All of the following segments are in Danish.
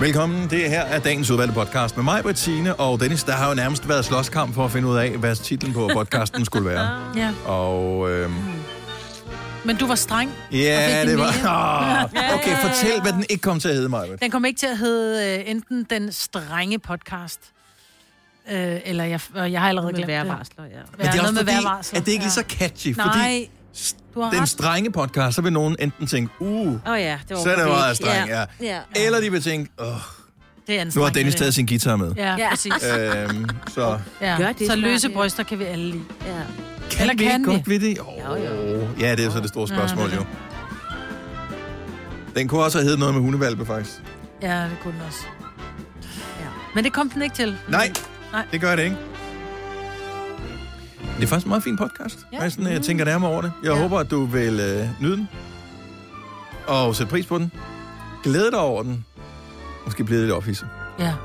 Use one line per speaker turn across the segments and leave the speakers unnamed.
Velkommen. Det her er dagens udvalgte podcast med mig, Bettine og Dennis. Der har jo nærmest været slåskamp for at finde ud af, hvad titlen på podcasten skulle være.
Ja.
Og øhm,
Men du var streng. og fik
ja,
din
det var...
vilje.
Oh, okay, fortæl, hvad den ikke kom til at hedde, mig.
Den kom ikke til at hedde øh, enten den strenge podcast, øh, eller jeg, øh, jeg har allerede
Med
glemt det.
værvarsler, ja.
Men det er
noget
også
med
fordi,
vejrvarsler,
at det ikke er lige så
ja.
catchy, fordi
Nej, du har
den
ret.
strenge podcast, så vil nogen enten tænke, uh,
Åh oh, ja, det var
så er det
overhovedet
meget
ikke.
streng, ja.
ja.
Eller de vil tænke, åh,
Det er en
nu har
streng,
Dennis
det.
taget sin guitar med.
Ja,
øh, Ja.
ja. præcis.
Øhm, så
Gør
Ja.
det
Så
snart,
løse
ja.
bryster kan vi alle lide.
ja.
kan
Eller
vi ikke
kan vi?
godt ved det? Oh. Ja, det er jo så det store spørgsmål,
Ja, det
jo.
er
Den kunne også have heddet noget med hundevalpe, faktisk.
Ja, det kunne den også.
Ja.
Men det kom den ikke til.
Nej,
Nej.
det gør det ikke. Det er faktisk en meget fin podcast.
Ja. Mm.
Ja. Jeg, sådan, jeg tænker nærmere over det. Jeg ja.
Ja.
håber, at du vil øh, nyde den. Og sætte pris på den. Glæde dig over den. Måske blive lidt ophidset.
Ja.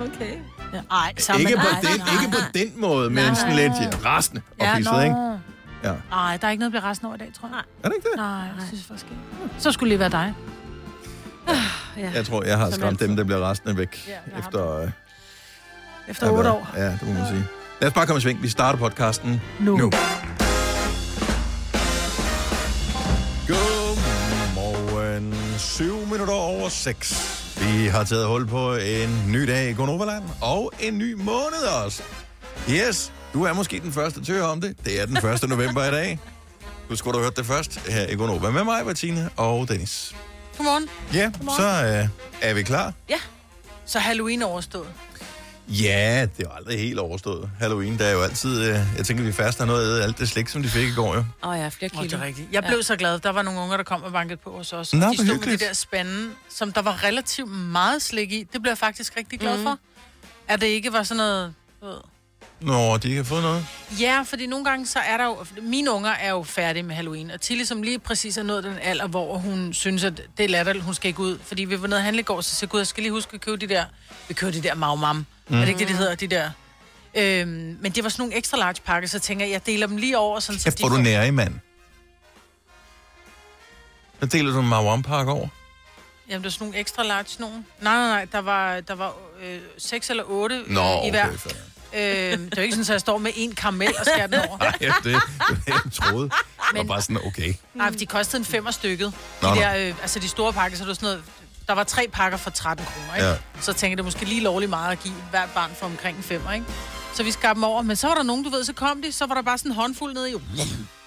Okay.
ja. Ej, sammen.
Ikke, på
nej,
den-
nej,
ikke på den måde, men sådan lidt ja, rasende
Ja,
ophidset, ikke?
nå.
Ja.
Nej, der er ikke noget at blive resten over i dag, tror jeg.
Er det ikke det?
Nej, jeg synes faktisk ikke. Så skulle det lige være dig.
Ja.
Jeg tror, jeg har
Som
skræmt dem,
altid.
der bliver resten væk
Ja, det har
efter... Øh,
Efter otte
Ja,
år.
Ja, det må man sige. Lad os bare komme i sving. Vi starter podcasten nu.
Nu.
nu. Godmorgen. 7 minutter over 6. Vi har taget hul på en ny dag i Gonoverland, og en ny måned også. Yes, du er måske den første til at høre om det. Det er den 1. november i dag. Du skulle du have hørt det først her i Gonova med mig, Martine og Dennis.
Godmorgen.
Ja, så øh, er vi klar.
Så Halloween er overstået.
Ja, det er jo aldrig helt overstået. Halloween, der er jo altid... Øh, jeg tænker, vi fast har noget at æde alt det slik, som de fik i går, jo.
Åh oh, ja, flere
Oh, det
kilo.
er rigtigt. Jeg blev så glad. Der var nogle unger, der kom og bankede på hos os.
Nå,
og
hvor
de stod med
hyggeligt.
det der spande, som der var relativt meget slik i. Det blev jeg faktisk rigtig
Mhm.
glad for. At det ikke var sådan noget... du ved.
Nå, de ikke har fået noget.
Ja, fordi nogle gange så er der jo... Mine unger er jo færdige med Halloween, og Tilly, som lige præcis er nået den alder, hvor hun synes, at det er latterligt, hun skal ikke ud. Fordi vi var nede og handle i går, så sagde Gud, jeg skal lige huske at købe de der... Vi køber de der magmam. Mm. Er det ikke det, det
Mhm.
hedder, de der... Øhm, men det var sådan nogle ekstra large pakker, så tænker jeg, jeg deler dem lige over, sådan, så
Kæft, hvor er du
får-
nær i mand. Hvad deler du med Park over?
Jamen, der er sådan nogle ekstra large nogen. Nej, nej, nej, der var, der var øh, seks eller otte
Nå,
øh, i
okay,
hver.
fair.
Øh, det er jo ikke sådan, at jeg står med en karamel og skærer den over.
Ej, det, det, det jeg troede. Men... var bare sådan, okay.
Nej, for de kostede en femmer stykket.
Nå,
De
nå.
der, øh, altså de store pakker, så er det sådan noget, der var tre pakker for 13 kroner, ikke?
Ja.
Ja. Så tænkte jeg, det er måske lige lovligt meget at give hvert barn for omkring en femmer, ikke? Så vi skar dem over, men så var der nogen, du ved, så kom de, så var der bare sådan en håndfuld nede i, du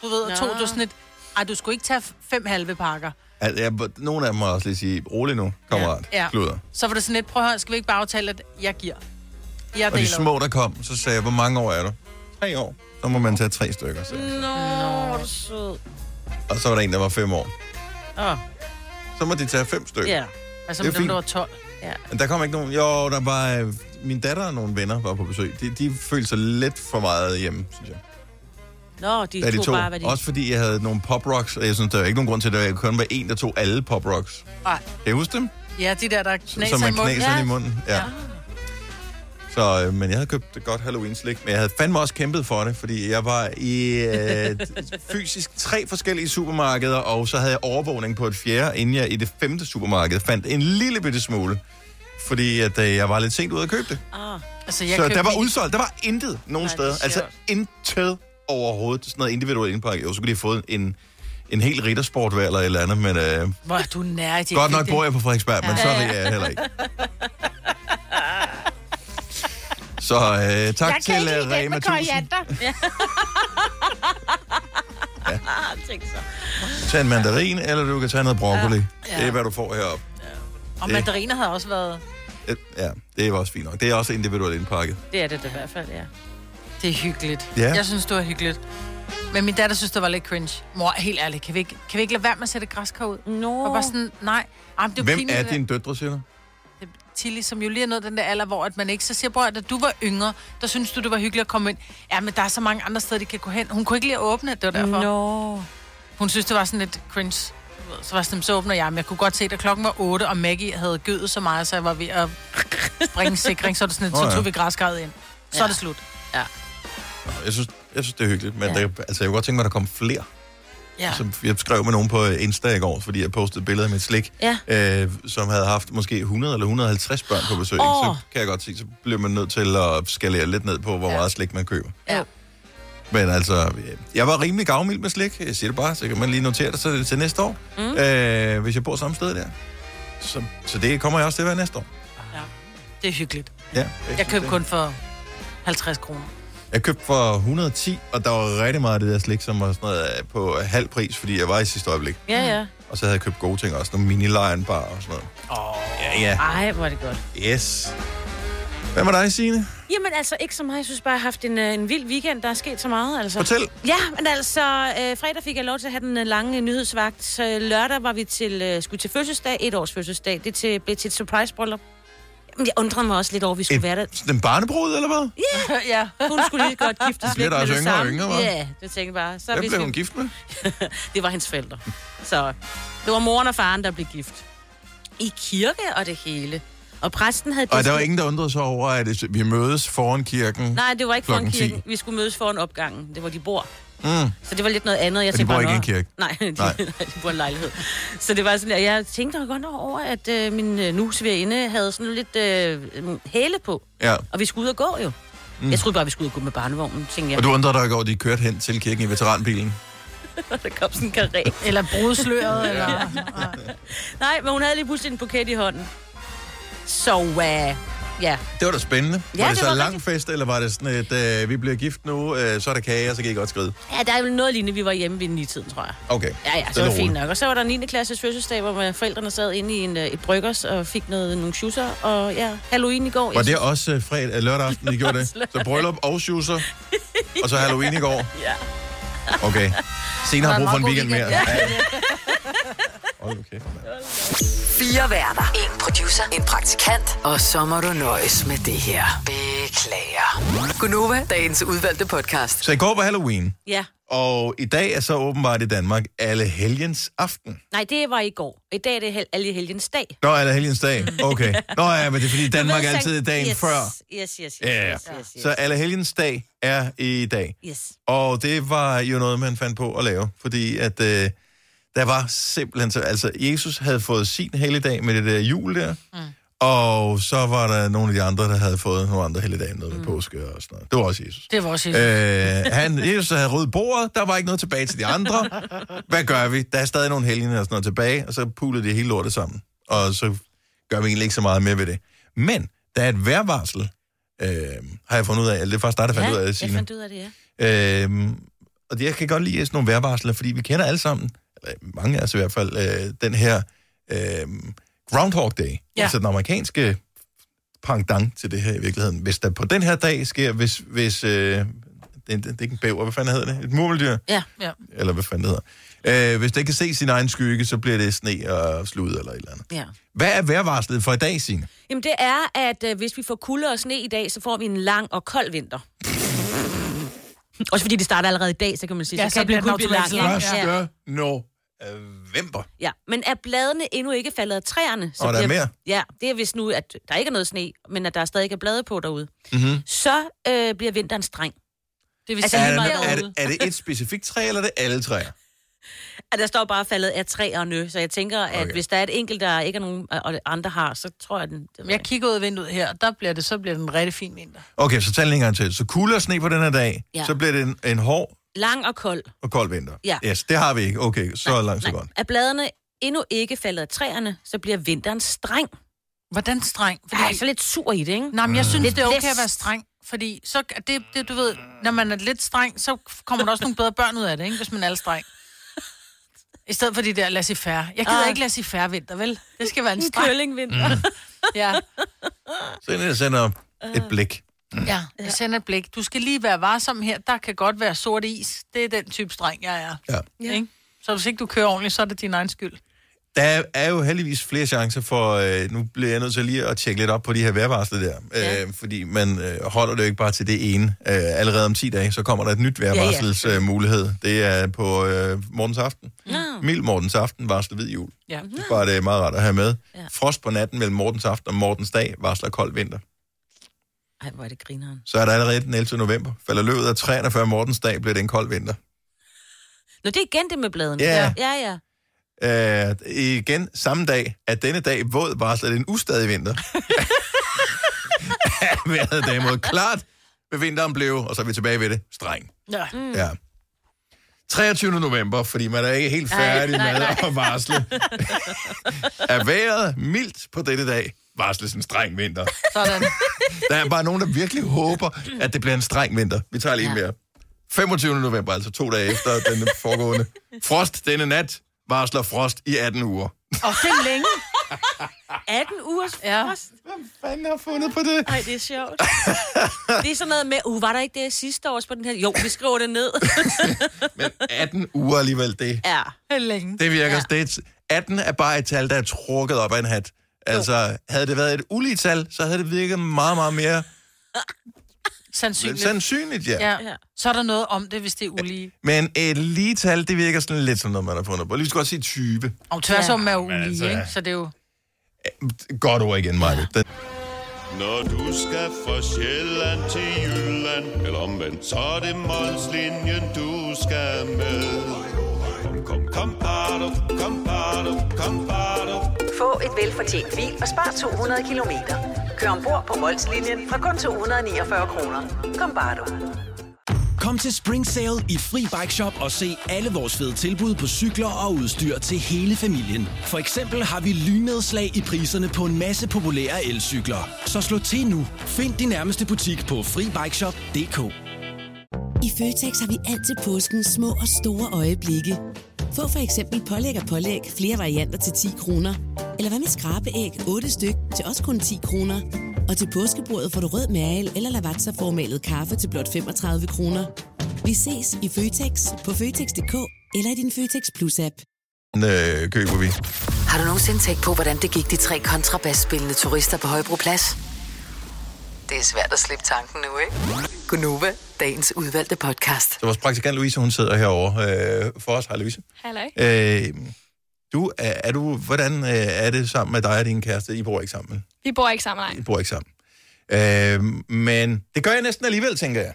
ved, og tog
Nå.
du sådan et, ej, du skulle ikke tage fem halve pakker.
Altså, jeg, nogle af dem må også lige sige, rolig nu, kammerat.
Ja. Ja.
Kluder.
Så var det sådan lidt, prøv at høre, skal vi ikke bare aftale, at jeg giver? Jeg
Og de
deler.
små, der kom, så sagde jeg, hvor mange år er du? Tre år. Så må man tage tre stykker. Så.
Nå, hvor er du sød.
Og så var der en, der var fem år.
Åh,
Så må de tage fem stykker.
ja.
Altså
Øh, Det
med dem,
er
der var
fint.
12.
Ja.
Men Der kom ikke nogen... Jo, der var... øh, Min datter og nogle venner var på besøg. De, de følte sig lidt for meget hjemme, synes jeg.
Nå, de,
Da de
tog
tog.
bare, hvad de...
Også fordi jeg havde nogle pop rocks, og jeg synes, der var ikke nogen grund til, at der kun var en, der tog alle pop rocks.
Ej,
Kan I huske dem?
ja, de der, der
Som
knaser i
man
munden.
knaser
Ja.
i munden. Ja. Så, øh, men jeg havde købt et godt Halloween-slik, men jeg havde fandme også kæmpet for det, fordi jeg var i øh, fysisk tre forskellige supermarkeder, og så havde jeg overvågning på et fjerde, inden jeg i det femte supermarked fandt en lille bitte smule, fordi at, øh, jeg var lidt sent ude at købe det.
Ah,
Altså,
Jeg
jeg
så
købte
der var udsolgt. Der var intet
Nej,
nogen
det er
steder. Altså
sjovt.
intet overhovedet. Sådan noget individuelt indpakket. Jo, så kunne de have fået en, en hel riddersport hver eller et eller andet, men øh,
Hvor er du nær, at de
godt
ikke
nok
fik
bor jeg på Frederiksberg, men så er jeg heller ikke. Så øh, tak
Jeg kan
til
ikke
øh,
lide den
Rema
med
1000.
koriander.
ah, tænk så.
Tag en mandarin, eller du kan tage noget broccoli.
Ja.
Det er, hvad du får heroppe.
Og mandariner havde også været...
Øh, Ja, det er også fint nok. Det er også individuelt indpakket.
Det er det da i hvert fald, ja.
Det er hyggeligt.
Ja.
Jeg synes, det var hyggeligt. Men min datter synes, det var lidt cringe. Mor, helt ærligt, kan vi ikke, kan vi ikke lade være med at sætte græskar ud?
Nå.
Og bare sådan, nej. Ej, men det
Hvem
pinligt,
er
det der.
dine døtre, siger du?
Det er Tilly, som jo lige er nået den der alder, hvor at man ikke så siger, bror, da du var yngre, der synes du, det var hyggeligt at komme ind. Ja, men der er så mange andre steder, de kan gå hen. Hun kunne ikke lige åbne, det var derfor.
Nå.
Hun synes, det var sådan lidt cringe. Du ved, Så var sådan, så åbner jeg, men jeg kunne godt se, at klokken var 8, og Maggie havde gødet så meget, så jeg var ved at springe sikring, så, er det sådan, lidt,
Nå ja.
så tog vi græskarret ind. Så ja. er det slut.
Jeg synes, jeg synes det er hyggeligt, men ja.
Ja.
der, altså, jeg kunne godt tænke mig, at der kom flere.
Ja.
som jeg skrev med nogen på øh, Insta i går, fordi jeg postede billeder af mit slik,
Ja.
øh, som havde haft måske 100 eller 150 børn på besøg.
Åh.
Så kan jeg godt se, så bliver man nødt til at skalere lidt ned på, hvor
Ja.
meget slik man køber.
Ja.
Men altså, øh, jeg var rimelig gavmild med slik. Jeg siger det bare, så kan man lige notere det så til næste år, mm. øh, hvis jeg bor samme sted der. Så, så det kommer jeg også til at være næste år.
Det er hyggeligt.
Ja,
Jeg
synes,
købte
det-
kun for 50 kroner.
Jeg købte for 110, og der var rigtig meget af det der slik, som var sådan noget øh, på halv pris, fordi jeg var i sidste øjeblik.
Ja, ja.
Og så havde jeg købt gode ting også, nogle mini bar og sådan noget. Oh. Ja, ja.
Ej, hvor er det godt.
Yes. Hvad med dig, Signe?
Jamen altså, ikke så meget. Jeg synes bare, jeg har haft en, øh, en vild weekend. Der er sket så meget, altså.
Fortæl.
Ja, men altså, øh, fredag fik jeg lov til at have den øh, lange øh, nyhedsvagt. Så øh, lørdag var vi til, øh, skulle til fødselsdag, et års fødselsdag. Det til, blev til et surprise-bryllup. Jamen, jeg undrede mig også lidt over, at vi skulle være der.
Et, den barnebrud, eller hvad? Yeah.
ja.
Hun skulle lige godt giftes
bliver
væk
der
med
også
det
yngre og
samme.
yngre, hva'?
Ja, det tænkte jeg bare. Så
Hvem
hvis
blev
vi-
hun gift med?
det var hans forældre. Så det var moren og faren, der blev gift. I kirke og det hele. Og præsten havde...
Og der var
disket-
ingen, der undrede sig over, at det- vi mødes foran kirken.
Nej, det var ikke foran
Klokken
kirken. Vi skulle mødes foran opgangen. Det var de bor.
Mm.
Så det var lidt noget andet. Jeg
de
tænkte
bor
bare,
ikke i en
"Nå."
kirke?
Nej, de,
Nej.
nej. de bor i en lejlighed. Så det var sådan, at jeg tænkte da godt over, at øh, min øh, nu svigerinde havde sådan lidt øh, hæle på.
Ja.
Og vi skulle ud og gå jo. Mm. Jeg troede bare, vi skulle ud og gå med barnevognen, tænkte
Og
jeg.
du undrede dig ikke over, at de kørte hen til kirken i veteranbilen.
Der kom sådan en karret.
Eller brudsløret, eller... Nej.
Nej, men hun havde lige pludselig en buket i hånden. Så øh, ja,
Det var da spændende.
Ja,
var det,
det
så
var
en lang
rigtig-
fest, eller var det sådan et, øh, vi bliver gift nu, øh, så er der kage, og så kan I godt skride?
Ja, der er vel noget lignende, vi var hjemme ved 9-tiden, tror jeg.
Okay.
Ja, ja, så
Stille
var
og
det fint
roligt.
nok. Og så var der 9. klasses fødselsdag, hvor øh, forældrene sad inde i en, øh, et bryggers og fik noget, nogle schusser. Og ja, Halloween i går.
Var
Jeg
det også øh, fredag, øh, lørdag aften, I gjorde det? Så bryllup og schusser, og så Halloween i går?
Ja.
Okay. Senere har brug for en
meget
weekend
god
mere.
weekend,
Ja. Hold nu kæft, mand.
Fire værter. En producer. En praktikant. Og så må du nøjes med det her. Beklager. Gunova, dagens udvalgte podcast.
Så i går var Halloween,
Ja.
og i dag er så åbenbart i Danmark alle helgens aften.
Nej, det var i går. I dag er det hel- alle helgens dag.
Nå, alle helgens dag.
Mm.
Okay. Nå ja, men det er fordi Danmark
Du
er
ved, så-
altid dagen
yes,
før.
Yes, yes, yes,
Ja, ja.
yes, yes, yes.
Så alle helgens dag er i dag.
yes.
Og det var jo noget, man fandt på at lave, fordi at øh, der var simpelthen... Så, altså, Jesus havde fået sin helligdag med det der jul der, mm. og så var der nogle af de andre, der havde fået nogle andre helligdage, noget med mm. påske og sådan noget. Det var også Jesus.
Det var også helt...
Øh, han, Jesus havde ryddet bordet, der var ikke noget tilbage til de andre. Hvad gør vi? Der er stadig nogle helgener og sådan noget tilbage, og så pulede de hele lortet sammen. Og så gør vi egentlig ikke så meget mere ved det. Men der er et vejrvarsel, øh, har jeg fundet ud af, eller det er faktisk dig, der fandt
ja,
ud af det,
jeg
Signe.
fandt ud af det, ja.
Øhm, og det, jeg kan godt lide sådan nogle vejrvarsler, fordi vi kender alle sammen, eller mange af os i hvert fald, øh, den her øh, Groundhog Day. Ja.
Ja.
Altså den amerikanske pangdang til det her i virkeligheden. Hvis der på den her dag sker, hvis... hvis øh, det, det, det er ikke en bæver, hvad fanden hedder det? Et murmeldyr?
Ja.
Ja.
Eller hvad fanden det hedder? Øh, hvis det ikke kan se sin egen skygge, så bliver det sne og slud eller et eller andet.
ja.
Hvad er vejrvarslet for i dag, Signe?
Jamen, det er, at øh, hvis vi får kulde og sne i dag, så får vi en lang og kold vinter. Også fordi det starter allerede i dag, så kan man sige,
Ja, så
kan
bliver
kun
den
blive
automatisk
lang,
lang,
ikke?
ja.
Ja.
november.
Ja, men er bladene endnu ikke faldet af træerne? Så
Og der er
bliver-
mere?
Ja, det er vist nu, at der ikke er noget sne, men at der stadig ikke er blade på derude. Mm-hmm. Så øh, bliver vinteren streng.
Det vil
altså,
sige,
Er,
lige
altså,
meget
det, er,
derude.
det, er det et specifikt træ, eller er det alle træer?
At der står bare faldet af træerne, så jeg tænker, at
Okay.
hvis der er et enkelt, der ikke er nogen, øh, og andre har, så tror jeg, den... Det ved
jeg
ikke.
kigger ud af vinduet her, og der bliver det, så bliver det en rigtig fin vinter.
Okay, så tag den en gang til. Så kulde og sne på den her dag, ja.
Ja.
så bliver det en, en hård
Lang og kold.
og kold vinter.
Ja.
Yes, det har vi ikke. Okay, så nej, langt så godt.
Er bladene endnu ikke faldet af træerne, så bliver vinteren streng.
Hvordan streng? Fordi...
Ej, så lidt sur i det, ikke?
Nej, men
Mm.
jeg synes,
Lidt
det er okay
blæst.
at være streng. Fordi så, er det, det, du ved, når man er lidt streng, så kommer der også nogle bedre børn ud af det, ikke? hvis man er lidt streng. I stedet for de der laissez færre. Jeg gider
Ah.
ikke laissez færre vinter, vel? Det skal være en
En
streng.
køllingvinter. Mm.
Ja.
Så jeg sender et blik.
ja, jeg sender et blik. Du skal lige være varsom her. Der kan godt være sort is. Det er den type streng, jeg er.
Ja.
Ja. Ikke? Så hvis ikke du kører ordentligt, så er det din egen skyld.
Der er jo heldigvis flere chancer for, øh, nu bliver jeg nødt til lige at tjekke lidt op på de her vejrvarsler der, ja.
Ja.
øh, fordi man øh, holder det jo ikke bare til det ene. Øh, allerede om 10 dage, så kommer der et nyt vejrvarselsmulighed. Ja, ja. øh, mulighed. det er på øh, morgens aften.
Nå.
Mild morgens aften varsler hvid jul.
Ja.
Mm.
Det er bare det er meget rart at have med. Ja.
Ja.
Frost på natten mellem morgens aften og morgens dag varsler kold vinter.
Ej, hvor er det grineren.
så er der allerede den 11. november. Falder løbet af træerne før Mortens dag, bliver det en kold vinter.
Nå, det er igen det med bladene.
Ja.
Ja, ja.
Øh, igen, samme dag, at denne dag våd varsler en ustadig vinter. Vejret derimod klart, ved vinteren blev, og så er vi tilbage ved det, streng.
Ja.
Mm. Ja. 23. november, fordi man er ikke helt færdig
nej,
med
nej.
at varsle. er vejret mildt på denne dag, varsles en streng vinter.
Sådan.
Der er bare nogen, der virkelig håber, at det bliver en streng vinter. Vi tager lige en mere. 25. november, altså to dage efter den foregående. Frost denne nat varsler frost i 18 uger.
Og det er længe.
18 ugers
Ja.
frost.
Hvem fanden har fundet på det?
Nej, det er sjovt. det er sådan noget med, uh, var der ikke det sidste års på den her? Jo, vi skriver det ned.
Men 18 uger alligevel, det,
ja.
Det er længe.
det virker ja. det. er- 18 er bare et tal, der er trukket op af en hat. Altså, havde det været et ulige tal, så havde det virket meget, meget mere
Sandsynligt.
sandsynligt, ja. ja.
Ja. Så er der noget om det, hvis det er ulige.
Men et lige tal, det virker sådan lidt som noget, man har fundet på. Lige så godt sige 20.
Og tværs om er jo
Men altså,
ulige,
ja.
ikke? Så det er jo...
Godt ord igen, Maja. Den
Når du skal fra Sjælland til Jylland, eller omvendt, så er det Molslinjen, du skal med. Kom, kom, kom, bado, kom, bado, kom, bado.
Få et velfortjent bil og spar 200 kilometer. Kør ombord på Molslinjen fra kun 249 kroner. Kom bare du.
Kom til Spring Sale i Fri Bike Shop og se alle vores fede tilbud på cykler og udstyr til hele familien. For eksempel har vi lynedslag i priserne på en masse populære elcykler. Så slå til nu. Find din nærmeste butik på FriBikeShop.dk.
I Føtex har vi alt til påsken små og store øjeblikke. Få for eksempel pålæg og pålæg flere varianter til 10 kroner. Eller hvad med skrabeæg 8 styk til også kun 10 kroner. Og til påskebordet får du rød mal eller lavatserformalet kaffe til blot 35 kroner. Vi ses i Føtex på Føtex.dk eller i din Føtex Plus-app.
øh, køber vi.
Har du nogensinde tænkt på, hvordan det gik de tre kontrabasspillende turister på Højbroplads? Det er svært at slippe tanken nu, ikke? Gunova, dagens udvalgte podcast.
Så vores praktikant Louise, hun sidder herovre øh, for os. Hej Louise.
Halløj.
Øh, du, er, er du, hvordan øh, er det sammen med dig og din kæreste? I bor ikke sammen.
Vi bor ikke sammen, nej.
I bor ikke sammen. Øh, men det gør jeg næsten alligevel, tænker jeg.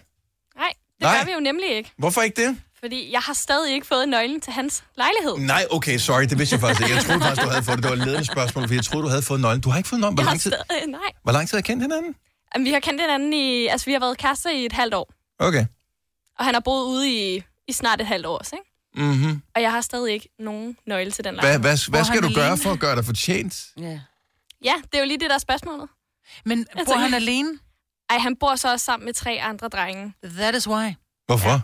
Nej, det
Nej.
gør vi jo nemlig ikke.
Hvorfor ikke det?
Fordi jeg har stadig ikke fået nøglen til hans lejlighed.
Nej, okay, sorry, det vidste jeg faktisk ikke. Jeg troede faktisk, du havde fået det. Det var et ledende spørgsmål, fordi jeg troede, du havde fået nøglen. Du har ikke fået nøglen. Hvor
Jeg har
lang tid,
stadig, nej.
hvor lang tid har I kendt hinanden?
Jamen, vi har kendt hinanden i... Altså, vi har været kærester i et halvt år.
Okay.
Og han har boet ude i, i snart et halvt år, også, ikke?
Mm-hmm.
Og jeg har stadig ikke nogen nøgle til den
Hvad,
lejlighed.
hvad, hvad skal
han
du gøre
alene?
for at gøre dig fortjent?
ja.
Ja, det er jo lige det, der er spørgsmålet.
Men bor
tænker-
han alene?
Ej, han bor så også sammen med tre andre drenge.
That is why.
Hvorfor?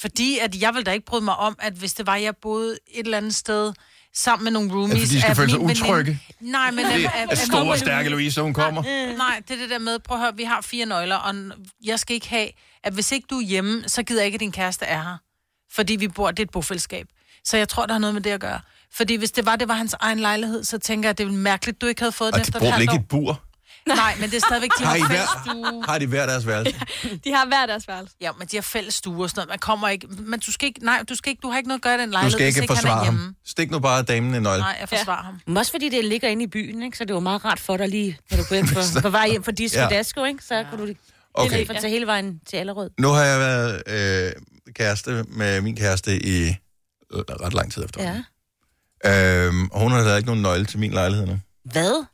Fordi at jeg ville da ikke bryde mig om, at hvis det var, jeg boede et eller andet sted sammen med nogle
Ja,
roomies...
fordi de skal
at
føle sig
min veninde-
utrygge.
Nej, men...
Det
at-
er
at-
store og
at-
stærke Louise, hun kommer.
Nej, det er det der med, prøv at høre, vi har fire nøgler, og n- jeg skal ikke have, at hvis ikke du er hjemme, så gider jeg ikke, at din kæreste er her. Fordi vi bor, det er et bofællesskab. Så jeg tror, der har noget med det at gøre. Fordi hvis det var, det var hans egen lejlighed, så tænker jeg, at det er mærkeligt, du ikke havde fået
Og
den
de
efter
bor
et
vel
halvt
ikke i
år.
et bur?
Nej, men det er stadigvæk, de
Har
har
I
fælles
hver,
stue.
har de hver deres værelse?
De har hver deres værelse.
Ja, men de har fælles stue og sådan noget. Man kommer ikke, men du skal ikke, nej, du skal ikke, du har ikke noget at gøre i den
Du
lejlighed,
skal
hvis
ikke
ikke han er
forsvare
hjemme.
ham. Stik nu bare damen en nøgle.
Nej, jeg forsvarer ja. ham.
Men også fordi det ligger inde i byen, ikke? så det var meget rart for dig lige, når du går hjem på, på vej hjem fra Disco
Ja.
ja. Dasko, ikke? så kunne du lige
Okay.
okay. tage hele vejen til Allerød.
Nu har jeg været øh, kæreste med min kæreste i øh, ret lang tid efterhånden. Ja. Øhm, og hun har da ikke nogen nøgle til min lejlighed nu.
Hvad?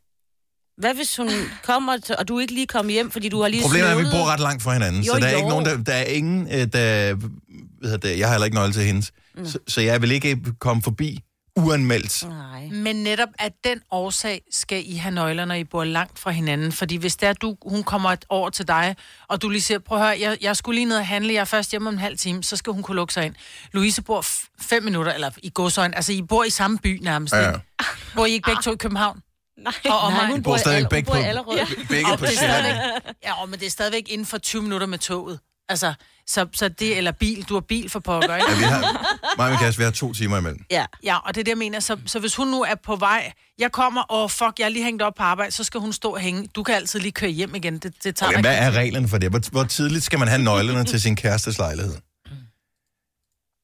Hvad hvis hun kommer, til, og du ikke lige kommer hjem, fordi du har lige
Problemet er, at vi
snøvlet?
bor ret langt fra hinanden,
Jo,
så der er
jo.
ikke nogen, der, der er ingen, øh, der, hvad hedder det, jeg har heller ikke nøgle til hendes, så, så jeg vil ikke komme forbi uanmeldt.
Nej.
Men netop af den årsag skal I have nøgler, når I bor langt fra hinanden. Fordi hvis der du, hun kommer et år til dig, og du lige siger, prøv at høre, jeg, jeg skulle lige ned og handle, jeg er først hjemme om en halv time, så skal hun kunne lukke sig ind. Louise bor f- fem minutter, eller i godsøjen, altså I bor i samme by nærmest.
Ja.
Ja. Bor I ikke begge to i København?
Nej.
Og omegn?
bor stadig
Aller-
begge
hun bor i
på-
Allerød. Ja.
Begge
Og
på
det er
Sjælland.
stadigvæk, ja, og men det er stadigvæk inden for 20 minutter med toget. Altså, så, så det, eller bil, du har bil for pokker, ikke?
Ja, vi har, mig og min kæreste, vi har to timer imellem.
ja.
Ja, og det er det, jeg mener. Så, så hvis hun nu er på vej, jeg kommer, og fuck, jeg er lige hængt op på arbejde, så skal hun stå og hænge. Du kan altid lige køre hjem igen. Det, det tager
Okay,
ikke-
hvad er reglerne for det? Hvor, hvor tidligt skal man have nøglerne til sin kærestes lejlighed?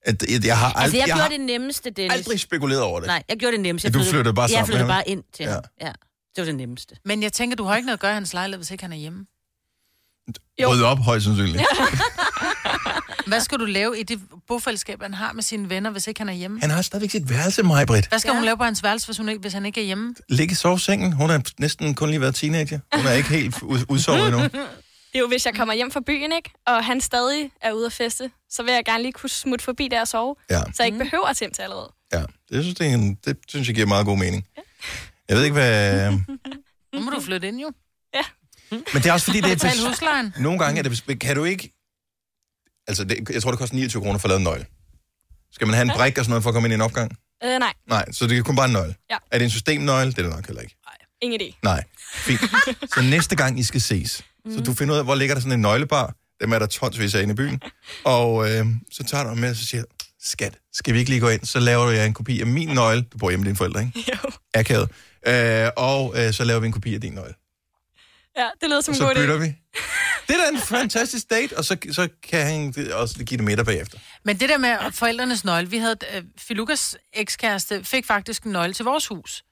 At, jeg, jeg har, ald-
Altså, jeg,
jeg
gjorde
har
det nemmeste, Dennis.
aldrig spekuleret over det.
Nej, jeg gjorde det nemmeste. Jeg
Du flyttede bare sammen
Jeg
med
flyttede
ham?
bare ind til
Ja.
ja. ham. Ja. Det var det nemmeste.
Men jeg tænker, du har ikke noget at gøre i hans lejlighed, hvis ikke han er hjemme.
Rød op, højst sandsynligt.
Hvad skal du lave i det bofællesskab, han har med sine venner, hvis ikke han er hjemme?
Han har stadigvæk sit værelse, mig, Britt.
Hvad skal ja. hun lave på hans værelse, hvis, hun ikke, hvis han ikke er hjemme?
Ligge i sovesengen. Hun har næsten kun lige været teenager. Hun er ikke helt ud- udsovet endnu.
Det er jo, hvis jeg kommer hjem fra byen, ikke? Og han stadig er ude at feste, så vil jeg gerne lige kunne smutte forbi der og sove.
Ja.
Så jeg ikke behøver at til allerede.
Ja, det synes, det, er en, det synes jeg giver meget god mening. Jeg ved ikke, hvad...
Nu må du flytte ind, jo.
Men det er også fordi, det er...
Tal huslejen.
Nogle gange er det... Kan du ikke... Altså, det, jeg tror, det koster 29 kroner for at lave en nøgle. Skal man have en brik og sådan noget for at komme ind i en opgang?
Øh, nej,
Nej, så det er kun bare en nøgle.
Ja.
Er det en systemnøgle? Det er det nok heller ikke.
ingen idé.
Nej, fint. Så næste gang, I skal ses, så du finder ud af, hvor ligger der sådan en nøglebar. Dem er der tonsvis af inde i byen. Og øh, så tager du dem med, og så siger du, skat, skal vi ikke lige gå ind? Så laver du jer en kopi af min nøgle. Du bor hjemme med dine forældre, ikke?
Jo.
Akavet. Øh, og øh, så laver vi en kopi af din nøgle.
Ja, det lyder som
Og
en
så
god idé.
bytter vi. Det er da en fantastisk date, og så, så kan han også give det middag bagefter.
Men det der med ja. forældrenes nøgle, vi havde, øh, Filukas ekskæreste fik faktisk en nøgle til vores hus.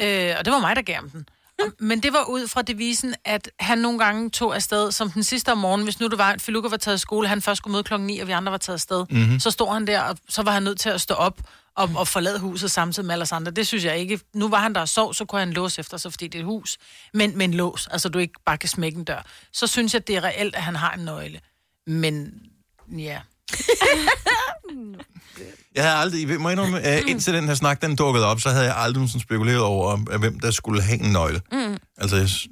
Øh, og det var mig, der gav ham den. Og- Men det var ud fra devisen, at han nogle gange tog afsted, som den sidste om morgenen, hvis nu det var, at Filuka var taget i skole, han først skulle møde klokken 9, og vi andre var taget afsted, mm-hmm. så stod han der, og så var han nødt til at stå op og, og forlade huset samtidig med alle os andre. Det synes jeg ikke. Nu var han der og sov, så kunne han låse efter sig, fordi det er et hus. Men, men lås, altså du ikke bare kan smække en dør. Så synes jeg, det er reelt, at han har en nøgle. Men ja,
Jeg havde aldrig, jeg må indrømme, uh, indtil den her snak, den dukkede op, så havde jeg aldrig sådan spekuleret over, om- øh, hvem der skulle have en nøgle.
Mm-hmm.
Mm. Altså, jeg, s-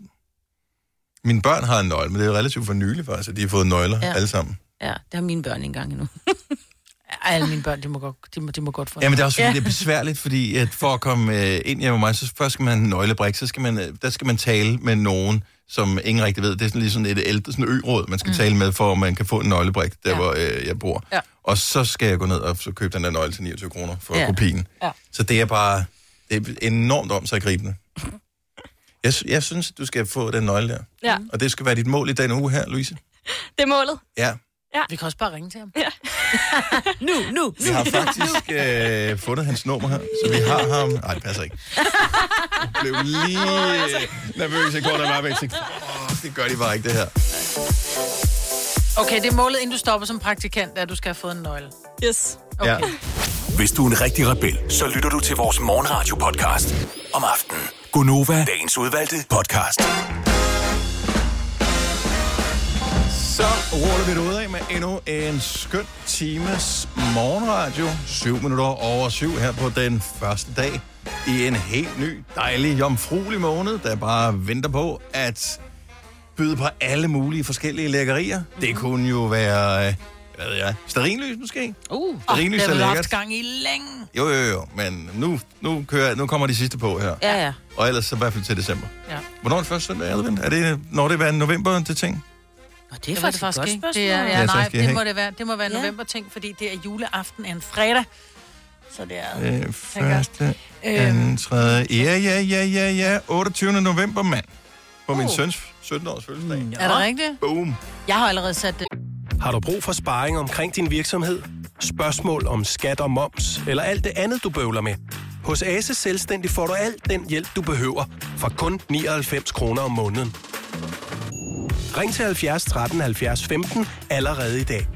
mine børn har en nøgle, men det er relativt for nylig faktisk, at de har fået nøgler ja.
Ja.
alle sammen.
Ja, det har mine børn engang endnu.
Ej, alle mine børn, de må godt, de må, de må godt få
Jamen, det er også fordi, ja. det er besværligt, fordi at for at komme uh, ind hjemme med mig, så først skal man have en nøglebrik, så skal man, øh, der skal man tale med nogen, som ingen rigtig ved. Det er sådan lige sådan et ældre sådan ø-råd, man skal mm. tale med, for at man kan få en nøglebrik, der ja.
Ja.
hvor øh, jeg bor.
Ja.
Og så skal jeg gå ned og så købe den der nøgle til 29 kroner for ja.
Ja.
kopien.
Ja.
Så det er bare det er enormt om sig gribende. Jeg, sy- jeg synes, du skal få den nøgle der.
Ja,
Og det skal være dit mål i den uge her, Louise.
det er målet.
Ja,
Vi kan også bare ringe til ham.
Nu, nu,
vi har faktisk øh, fundet hans nummer her, så vi har ham... Nej, det passer ikke. Jeg blev lige nervøs i går, der var væk. Jeg tænkte, "Åh, Det gør de bare ikke, det her.
Okay, det er målet, inden du stopper som praktikant, at du skal have fået en nøgle.
Yes.
Okay.
Ja.
Hvis du er en rigtig rebel, så lytter du til vores morgenradio-podcast om aftenen. Gunova, dagens udvalgte podcast.
Så ruller vi det ud af med endnu en skøn times morgenradio. 7 minutter over syv her på den første dag i en helt ny, dejlig, jomfruelig måned, der bare venter på at byde på alle mulige forskellige lækkerier. Det kunne jo være, øh, hvad ved jeg, sterinlys måske?
Uh,
Åh,
Sterinlys
det
er
har vi
lækkert.
haft gang i længe.
Jo, jo, jo, men nu, nu, kører, nu kommer de sidste på her.
ja, ja.
Og ellers så i hvert fald til december.
Ja.
Hvornår er det første søndag i advent? Er det, når det er november, det ting?
Og det er
Det var det
faktisk et
faktisk
godt
ikke.
spørgsmål.
Det er,
Ja,
ja,
tak
nej,
skal I
det
have.
må det være, det må være en
Ja.
novemberting, fordi det er juleaften af en fredag. Så det Øhm. er...
Øh, første, anden, tredje. Ja, ja, ja, ja, ja. 28. november, mand. På min søns 17-års fødselsdag.
Uh. Er det rigtigt?
Boom.
Jeg har allerede sat det.
Har du brug for sparring omkring din virksomhed? Spørgsmål om skat og moms, eller alt det andet, du bøvler med? Hos Ase Selvstændig får du alt den hjælp, du behøver, for kun 99 kroner om måneden. Ring til 70 13 70 15 allerede i dag.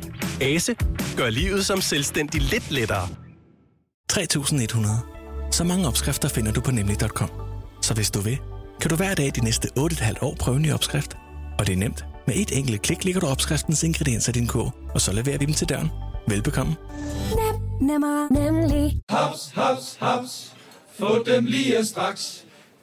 Ase gør livet som selvstændig lidt lettere.
3100. Så mange opskrifter finder du på nemlig.com. Så hvis du vil, kan du hver dag de næste 8,5 år prøve en ny opskrift. Og det er nemt. Med et enkelt klik ligger du opskriftens ingredienser i din kog, og så leverer vi dem til døren. Velbekomme.
Nemmer, nemlig.
Haps, haps, haps. Få dem lige straks.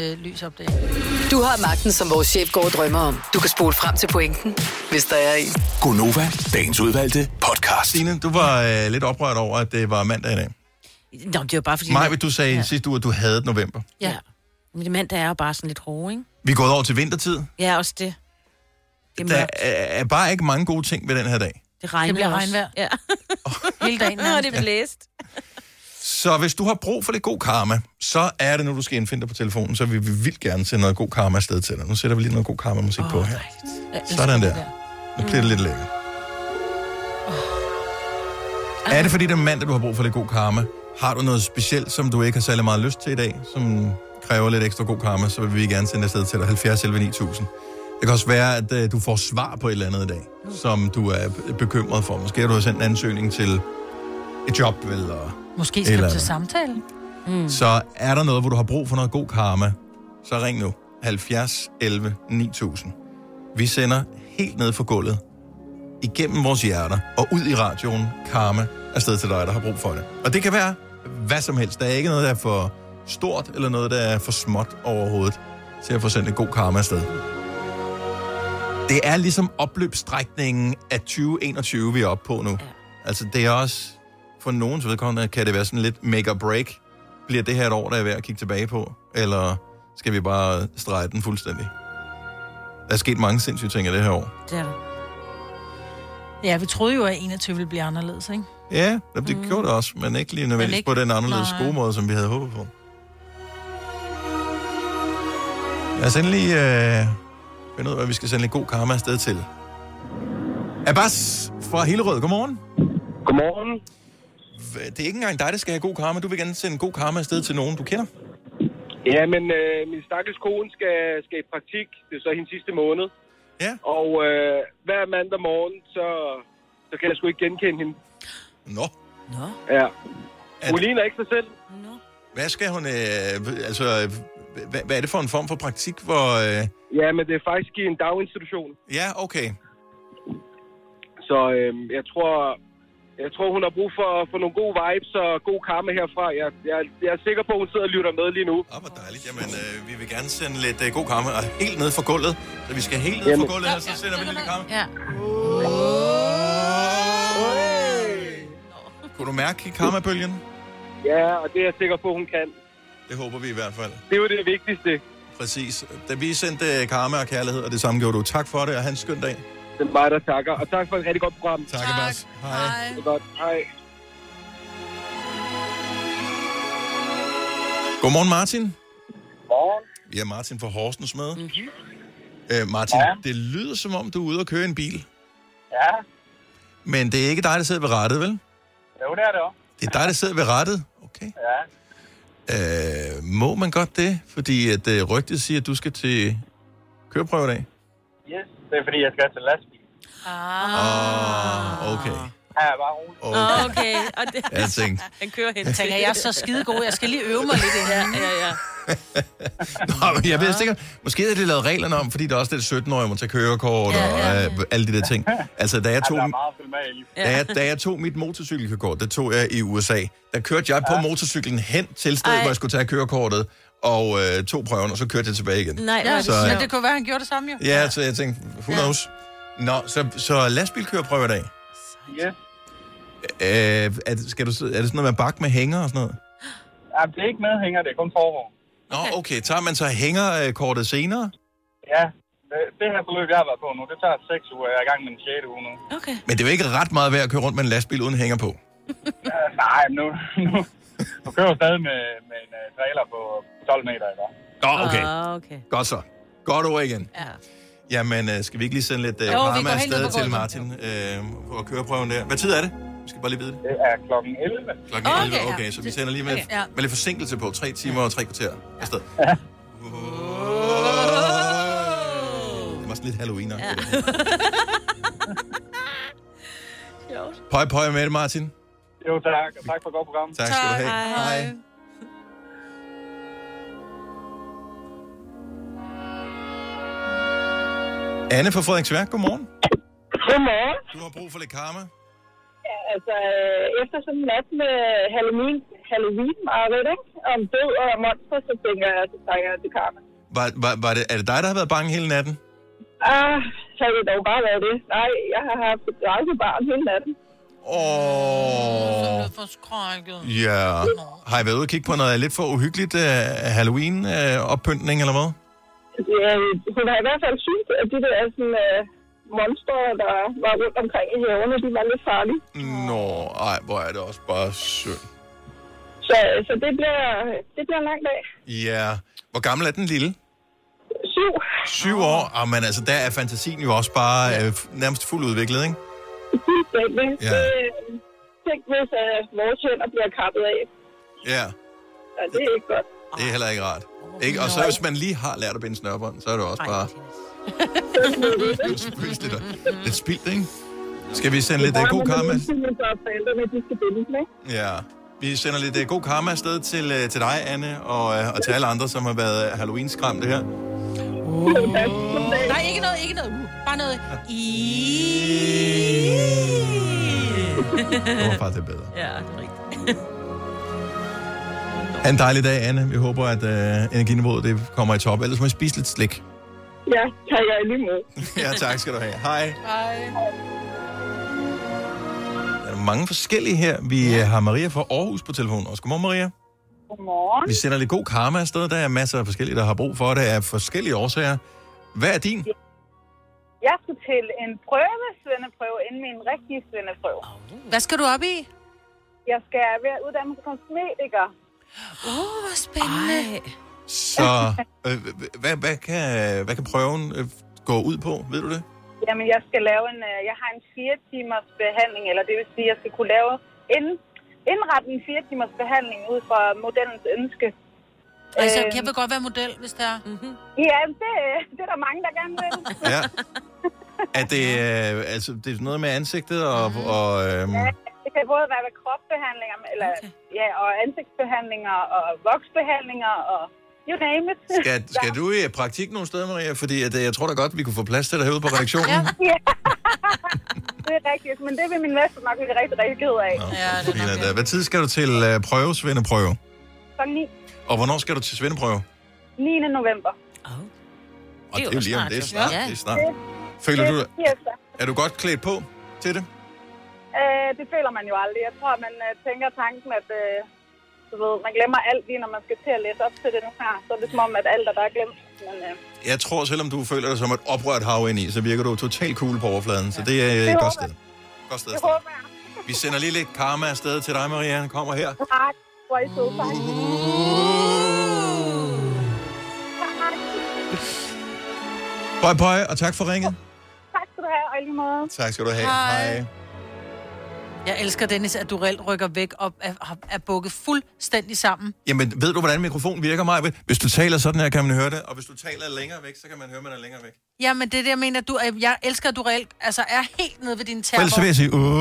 Øh, lys op det.
Du har magten, som vores chef går og drømmer om. Du kan spole frem til pointen, hvis der er en.
Gunova, dagens udvalgte podcast.
Stine, du var øh, lidt oprørt over, at det var mandag i dag.
Nå, det er jo bare fordi...
Maja, du sagde ja. sidste uge, at du havde november.
Ja. Men det mand, der er jo bare sådan lidt hårde, ikke?
Vi er gået over til vintertid.
Ja, også det.
Det der er, er bare ikke mange gode ting ved den her dag.
Det regner
Det bliver
også.
regnvejr.
Ja.
Hele dagen.
Nå, det er blæst.
Så hvis du har brug for lidt god karma, så er det nu, du skal indfinde dig på telefonen, så vil vi vildt gerne sende noget god karma afsted til dig. Nu sætter vi lige noget god karma-musik oh, på her. Sådan der. Nu bliver det lidt lækkert.
Mm.
Er det fordi, det er mandag, du har brug for lidt god karma? Har du noget specielt, som du ikke har særlig meget lyst til i dag, som kræver lidt ekstra god karma, så vil vi gerne sende det afsted til dig. 70 11 9000. Det kan også være, at øh, du får svar på et eller andet i dag,
Mm.
som du er bekymret for. Måske har du sendt en ansøgning til et job, eller...
Måske
et
skal
eller
du til
andet.
samtale. Mm.
Så er der noget, hvor du har brug for noget god karma, så ring nu. 70 11 9000. Vi sender helt ned fra gulvet, igennem vores hjerter og ud i radioen karma afsted til dig, der har brug for det. Og det kan være hvad som helst. Der er ikke noget, der er for stort eller noget, der er for småt overhovedet til at få sendt en god karma afsted. Det er ligesom opløbsstrækningen af 2021, vi er oppe på nu. Altså, det er også... For nogens vedkommende kan det være sådan lidt make or break. Bliver det her et år, der er værd at kigge tilbage på? Eller skal vi bare strege den fuldstændig? Der er sket mange sindssyge ting i det her år.
Det er det.
Ja, vi troede jo, at 21 ville blive anderledes, ikke?
Ja, det mm. gjorde det også, men ikke lige nødvendigvis
ikke-
på den anderledes
Nej.
gode måde, som vi havde håbet på. Lad os endelig øh, finde ud af, hvad vi skal sende lidt god karma afsted til. Abbas fra Hillerød, godmorgen. Godmorgen. Det er ikke engang dig, der skal have god karma. Du vil gerne sende god karma afsted til nogen, du kender.
Ja, men øh, min stakkels kone skal, skal i praktik. Det er så hendes sidste måned.
Ja.
Og øh, hver mandag morgen, så, så kan jeg sgu ikke genkende hende.
Nå.
Nå.
Ja. Hun ligner ikke sig selv.
Hvad skal hun... Øh, altså, øh, hvad, hvad er det for en form for praktik, hvor... Øh,
Ja, men det er faktisk i en daginstitution.
Ja, okay.
Så øh, jeg tror... Jeg tror, hun har brug for, for nogle gode vibes og god karma herfra. Jeg, jeg, jeg er sikker på, at hun sidder og lytter med lige nu.
Åh, hvor dejligt. Jamen, øh, vi vil gerne sende lidt øh, god karma og helt ned fra gulvet. Så vi skal helt ned fra
Jamen.
gulvet, og så sender vi lidt karma.
Ja.
Kunne du mærke karmabølgen?
Ja, og det er jeg sikker på, hun kan.
Det håber vi i hvert fald.
Det er jo det vigtigste.
Præcis. Da vi sendte øh, karma og kærlighed, og det samme gjorde du. Tak for det, og have en skøn dag.
Det er mig, der takker. Og tak for et rigtig godt program.
Tak, tak. Mads. Hej.
Det er godt. Hej.
Godmorgen, Martin.
Godmorgen.
Vi er Martin fra Horsens med. Mm-hmm. Øh, Martin, ja. det lyder som om, du er ude og køre en bil.
Ja,
Men det er ikke dig, der sidder ved rattet, vel?
jo, det er det også.
Det er dig, der sidder ved rattet.
Ja.
Øh, må man godt det? Fordi at øh, rygtet siger, at du skal til køreprøve i dag.
Yes, det er fordi, jeg skal til lastbil.
Ah, okay.
Ja, bare roligt.
Okay.
Okay, og det...
Jeg tænkte.
Den kører hen.
Jeg tænker, jeg er så skidegod. Jeg skal lige øve mig lidt inden.
Ja, ja, ja.
Nå, men jeg ved sikkert, måske havde de lavet reglerne om, fordi der er også lidt 17-årige, må tage kørekort ja, ja. og øh, alle de der ting. Altså, da jeg tog...
Ja, der er meget at følge med i.
Da jeg, da jeg tog mit motorcykelkort, det tog jeg i USA, der kørte jeg på motorcyklen hen til stedet,
Ej.
hvor jeg skulle tage kørekortet, og øh, tog prøven, og så kørte jeg tilbage igen.
Nej, ja,
så,
men det kunne være, han gjorde det samme jo.
ja, så jeg tænkte, who knows? Nå, så, så lastbilkøreprøve i dag.
Ja.
Øh, er, det, skal du, sidde- er det sådan noget med bak med hænger og sådan noget?
ja, det er ikke medhænger, det er kun forvogn.
Nå, okay. Tager man så hængerkortet senere?
Ja, det, det her forløb, jeg har været på nu, det tager 6 uger. Jeg er i gang med den 6. uge nu. Okay.
Men det er jo ikke ret meget værd at køre rundt med en lastbil uden hænger på.
Ja, nej, men nu, nu, nu kører jeg stadig med, med en uh, trailer på 12 meter, ikke?
Nå, okay.
Ah,
Godt så. Godt ord igen. Ah, Ja. Jamen, øh, skal vi ikke lige sende lidt øh,
Jo, vi går
karma
helt ned
afsted
på
til
gulvet.
Martin øh, og køreprøven der? Hvad tid er det? Vi skal bare lige vide det.
Det er klokken 11.
Klokken
Okay,
11,
ja.
okay. Så vi sender lige med,
Okay, ja.
med lidt forsinkelse på. Tre timer og tre kvarter afsted. Det var sådan lidt halloween ja. Pøj, pøj med det, Martin.
Jo, tak. Og tak for et godt program.
Tak skal du Tak. have. Hej. Hej. Anne fra Frederiksværk, godmorgen.
Godmorgen.
Du har brug for lidt karma.
Ja, altså, øh, efter sådan en nat med Halloween, Halloween mareridt, ikke? Om død og monster, så tænker jeg, så trænger jeg til karma.
Var, var, var det, er det dig, der har været bange hele natten?
Ah, så havde det dog bare været det. Nej, jeg har haft et dejligt barn hele natten.
Åh, ja. Har I været ude og kigge på noget lidt for uhyggeligt uh, Halloween-oppyntning, eller hvad?
Ja, hun har i hvert fald synes, at de der sådan, øh, monstre, der var rundt omkring i haverne, de var lidt farlige.
Nå, ej, hvor er det også bare synd.
Så, øh, så det, bliver, det bliver en lang dag.
Ja. Hvor gammel er den lille?
Syv.
Syv år? Ah, men altså, der er fantasien jo også bare øh, f- nærmest fuldt udviklet, ikke?
Fuldstændig.
Ja.
Det, øh, tænk, hvis uh, vores hænder bliver kappet af.
Ja,
Ja, det er ikke godt.
det er heller ikke rart. Ikke? Og så hvis man lige har lært at binde snørbånd, så er det også bare det er da lidt spildt, ikke? Skal vi sende lidt øh, god karma?
Så forældrene, de skal binde den, ikke?
Ja. Vi sender lidt øh, god karma afsted til, øh, til dig, Anne, og, øh, og til alle andre, som har været øh, Halloween-skræmte her.
Nej, ikke noget, ikke noget. Uh, Bare noget. I...
Det var faktisk bedre.
Ja, det er rigtigt.
Ha' en dejlig dag, Anne. Vi håber, at øh, energiniveauet det kommer i top. Ellers må I spise lidt slik.
Ja, tak jeg lige med.
ja, tak skal du have. Hej.
Hej.
Der er mange forskellige her. Vi ja. har Maria fra Aarhus på telefonen også. Godmorgen, Maria.
Godmorgen.
Vi sender lidt god karma afsted. Der er masser af forskellige, der har brug for det af forskellige årsager. Hvad er din?
Jeg skal til en prøve, svendeprøve, inden min rigtige svendeprøve.
Oh. Hvad skal du op i?
Jeg skal ved at uddanne mig som kosmetiker.
Åh, oh, hvor spændende. Ej.
Så øh, h- hvad, hvad, kan, hvad kan prøven øh, gå ud på? Ved du det?
Jamen, jeg skal lave en... øh, Jeg har en 4 timers behandling, eller det vil sige, jeg skal kunne lave ind, indrette en 4 timers behandling ud fra modellens ønske.
Altså,
Øhm,
jeg vil godt være model, hvis det er. Mm-hmm.
Ja, det, det er der mange, der gerne vil.
Ja. Er det, øh, altså, det er noget med ansigtet og... og øh,
Ja, det kan både være med kropbehandlinger, eller, ja, og ansigtsbehandlinger, og voksbehandlinger, og you name it.
skal, skal du i praktik nogle steder, Maria? Fordi at, øh, jeg tror da godt, vi kunne få plads til dig herude på redaktionen.
Ja. det er rigtigt, men det vil min mester nok blive rigtig, rigtig ked af. Ja,
Fint, at, øh, Hvad tid skal du til øh, prøve, svendeprøve?
Så 9,
Og hvornår skal du til svendeprøve?
9. november.
Og det er jo
jo
lige om
snart,
det er
jo.
snart.
Ja.
Det er snart. Føler du,
Tirsdag.
er du godt klædt på til det?
Øh, det føler man jo aldrig. Jeg tror, man øh, tænker tanken, at øh, du ved, man glemmer alt lige, når man skal til at læse op til det nu her. Så er det som om, at alt er der er glemt. Men, øh,
Jeg tror, selvom du føler dig som et oprørt hav ind i, så virker du totalt cool på overfladen. Så det er et godt sted. Godt sted.
det
at starte.
håber jeg.
Vi sender lige lidt karma afsted til dig, Maria. Han kommer her.
Tak. Hvor er I søde, tak.
Bøj, bøj, og tak for ringet.
Tak skal du have, og i lige måde.
Tak skal du have.
Hej.
Hej.
Jeg elsker, Dennis, at du reelt rykker væk og er, er bukket fuldstændig sammen.
Jamen, ved du, hvordan mikrofonen virker, Maja? Hvis du taler sådan her, kan man høre det. Og hvis du taler længere væk, så kan man høre, at man er længere væk.
Ja, men det er det, jeg mener. Du, er- jeg elsker, at du reelt altså, er helt nede ved dine
For ellers så vil
tærmer.
jeg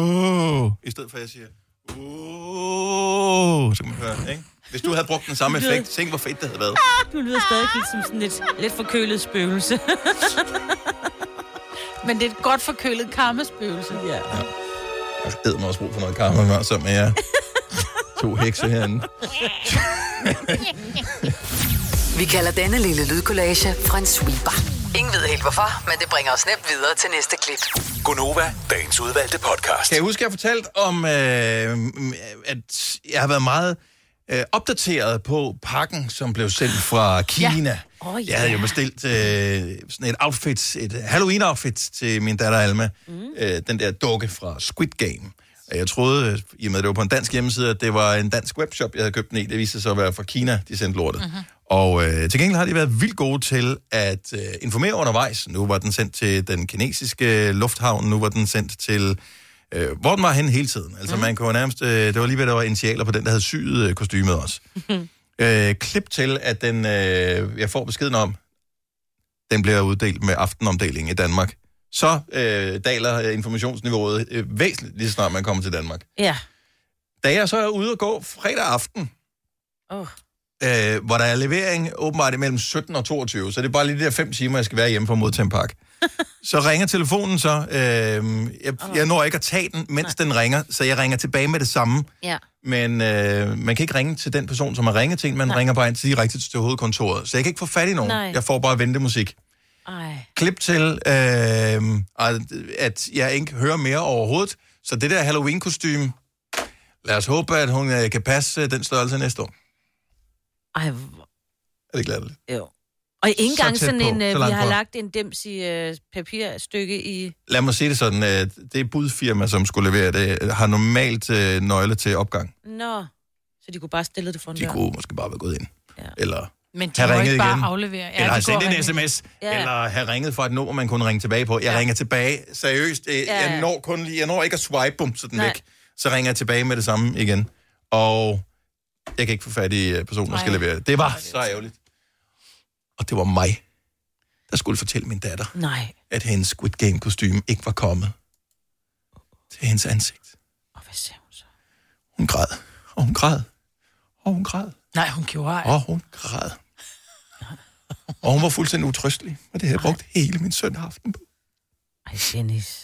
sige, åh, i stedet for at jeg siger, åh, så kan man høre, det, ikke? Hvis du havde brugt den samme effekt, tænk, hvor fedt det havde været.
Du lyder stadig lidt som sådan lidt, lidt forkølet spøgelse.
Men det er et godt forkølet karmespøgelse. Ja.
Jeg havde mig også brug for noget karma, når som er to hekse herinde.
Vi kalder denne lille lydkollage en sweeper. Ingen ved helt hvorfor, men det bringer os nemt videre til næste klip.
Gonova, dagens udvalgte podcast.
Kan jeg huske, at jeg fortalte om, øh, at jeg har været meget øh, opdateret på pakken, som blev sendt fra Kina. Ja.
Åh, ja.
Jeg havde jo bestilt øh, sådan et outfit, et Halloween-outfit til min datter Alma. Mm. Øh, den der dukke fra Squid Game. Og Jeg troede, øh, i og med at det var på en dansk hjemmeside, at det var en dansk webshop, jeg havde købt den i. Det viste sig så at være fra Kina, de sendte lortet.
Mhm.
Mm-hmm. Og øh, til gengæld har de været vildt gode til at øh, informere undervejs. Nu var den sendt til den kinesiske lufthavn, nu var den sendt til øh, hvor den var henne hele tiden.
Mhm.
Altså, mm. man kunne jo nærmest... Øh, det var lige ved, der var initialer på den, der havde syet øh, kostymet også. øh, klip til, at den... Øh, jeg får beskeden om, den bliver uddelt med aftenomdeling i Danmark. Så øh, daler øh, informationsniveauet øh, væsentligt, lige så snart man kommer til Danmark.
ja.
Da jeg så er ude og gå fredag aften,
Oh.
øh, hvor der er levering åbenbart imellem 17 og 22, så det er bare lige de der fem timer, jeg skal være hjemme for at modtage en pakke. Så ringer telefonen så. Øh, jeg, jeg når ikke at tage den, mens den ringer, så jeg ringer tilbage med det samme.
Ja.
Men øh, man kan ikke ringe til den person, som har ringet til en. Man Nej. ringer bare ind til direkte til hovedkontoret. Så jeg kan ikke få fat i nogen.
Nej.
Nej. Jeg får bare ventemusik.
Ej.
Klip til, øh, at- at jeg ikke hører mere overhovedet. Så det der halloween kostume lad os håbe, at hun øh, kan passe øh, den størrelse næste år.
Ej, hvor-
Er det glædeligt?
Jo. Og ikke engang
tæt
sådan
på,
en,
så
øh, vi
langt
har
på.
lagt en dems i øh, papirstykke i...
Lad mig sige det sådan, at det budfirma, som skulle levere det, har normalt øh, nøgler til opgang.
Nå, så de kunne bare stille det foran
De kunne måske bare være gået ind. Ja. Eller
Men de
have
må
ringet
ikke bare
igen.
aflevere. Ja,
eller
de
have
går
sendt
og
en
ringer.
sms,
Ja.
ja. eller have ringet fra et nummer, man kunne ringe tilbage på. Jeg ja. ringer tilbage, seriøst, øh,
Ja.
ja. jeg når kun lige, jeg når ikke at swipe, bum, så den
Nej.
væk. Så ringer jeg tilbage med det samme igen, og jeg kan ikke få fat i øh, personen, der skal
Nej.
levere det. Det var så ærgerligt. Og det var mig, der skulle fortælle min datter,
Nej.
at hendes Squid Game kostume ikke var kommet til hendes ansigt.
Og hvad sagde hun så?
Hun græd, og hun græd, og hun græd.
Nej, hun gjorde ej.
Og hun græd. Og hun var fuldstændig utrøstelig, og det havde jeg brugt hele min søndag aften på.
Ej, Dennis.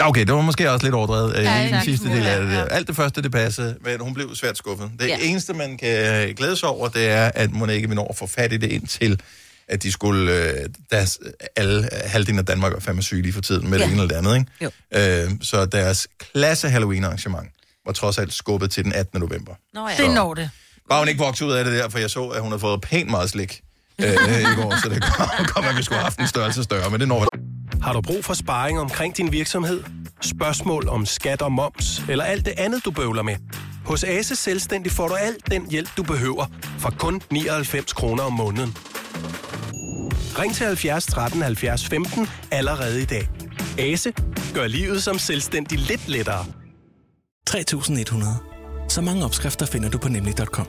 Okay, det var måske også lidt overdrevet øh,
Ja,
ja, i den
tak.
sidste del af det
Ja,
der.
ja.
Alt det første, det passede, men hun blev svært skuffet. Det
Ja.
ja. eneste, man kan øh, glæde sig over, det er, at man ikke vil nå at få fat i det indtil, at de skulle, øh, deres, alle, halvdelen af Danmark var fandme syge lige for tiden med ja.
Ja.
det ene eller det andet, ikke? Øh, så deres klasse Halloween-arrangement var trods alt skubbet til den 18. november.
Nå, ja. Det når det.
Bare hun ikke vokset ud af det der, for jeg så, at hun havde fået pænt meget slik øh, i går, så det kom- kom, at vi skulle have haft en størrelse større, men det når
Har du brug for sparring omkring din virksomhed? Spørgsmål om skat og moms, eller alt det andet, du bøvler med? Hos Ase Selvstændig får du alt den hjælp, du behøver, for kun 99 kroner om måneden. Ring til 70 13 70 15 allerede i dag. Ase gør livet som selvstændig lidt lettere.
3100. Så mange opskrifter finder du på nemlig.com.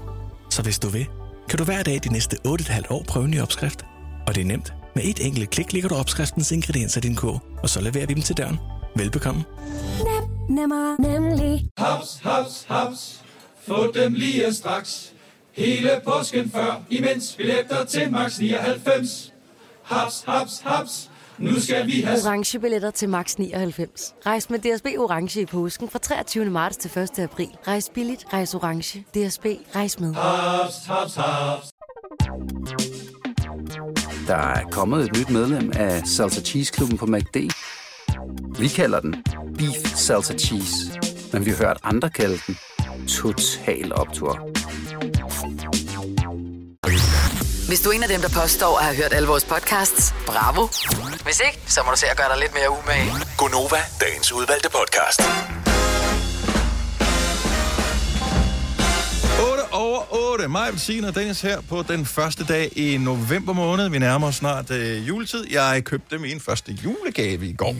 Så hvis du vil, kan du hver dag de næste 8,5 år prøve en ny opskrift. Og det er nemt. Med et enkelt klik ligger du opskriftens ingredienser i din kog, og så leverer vi dem til døren. Velbekomme.
Nemmer, nemlig.
Haps, haps, haps. Få dem lige straks. Hele påsken før, imens billetter til max 99. Haps, haps, haps. Nu skal vi have...
orange billetter til max 99. Rejs med DSB orange i påsken fra 23. marts til 1. april. Rejs billigt, rejs orange. DSB rejs med.
Haps, haps, haps.
Der er kommet et nyt medlem af Salsa Cheese Klubben på MACD. Vi kalder den Beef Salsa Cheese, men vi har hørt andre kalde den Total Optor.
Hvis du er en af dem, der påstår at have hørt alle vores podcasts, bravo. Hvis ikke, så må du se at gøre dig lidt mere umage.
Gonova, dagens udvalgte podcast.
8 over 8. Mig, Bettina og Dennis her på den første dag i november måned. Vi nærmer os snart øh, juletid. Jeg købte min første julegave i går.
Åh.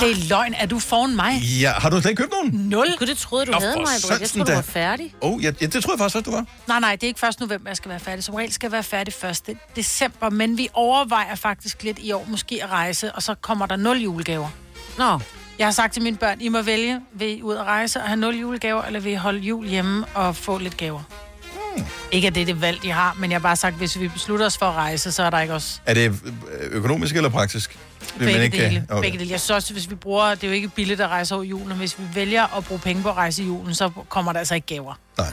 Det er løgn. Er du foran mig?
Ja, har du slet ikke købt nogen?
Nul.
Gud, det troede du
Nå,
havde
for
mig, Britt. Jeg
sørensen
troede, du
da.
var færdig.
Oh, ja, ja, det tror jeg faktisk også, du var.
Nej, nej, det er ikke 1. november, jeg skal være færdig. Som regel skal jeg være færdig 1. december, men vi overvejer faktisk lidt i år måske at rejse, og så kommer der nul julegaver.
Nå.
Jeg har sagt til mine børn, I må vælge, vil I ud at rejse og have nul julegaver, eller vil I holde jul hjemme og få lidt gaver? Ikke at det er det valg, de har, men jeg har bare sagt, hvis vi beslutter os for at rejse, så er der ikke også
Er det øh, økonomisk eller praktisk? Vil
begge,
ikke,
dele.
Okay.
begge dele. Jeg synes også, hvis vi bruger, det er jo ikke billigt at rejse over julen, og hvis vi vælger at bruge penge på at rejse i julen, så kommer der altså ikke gaver. Nej.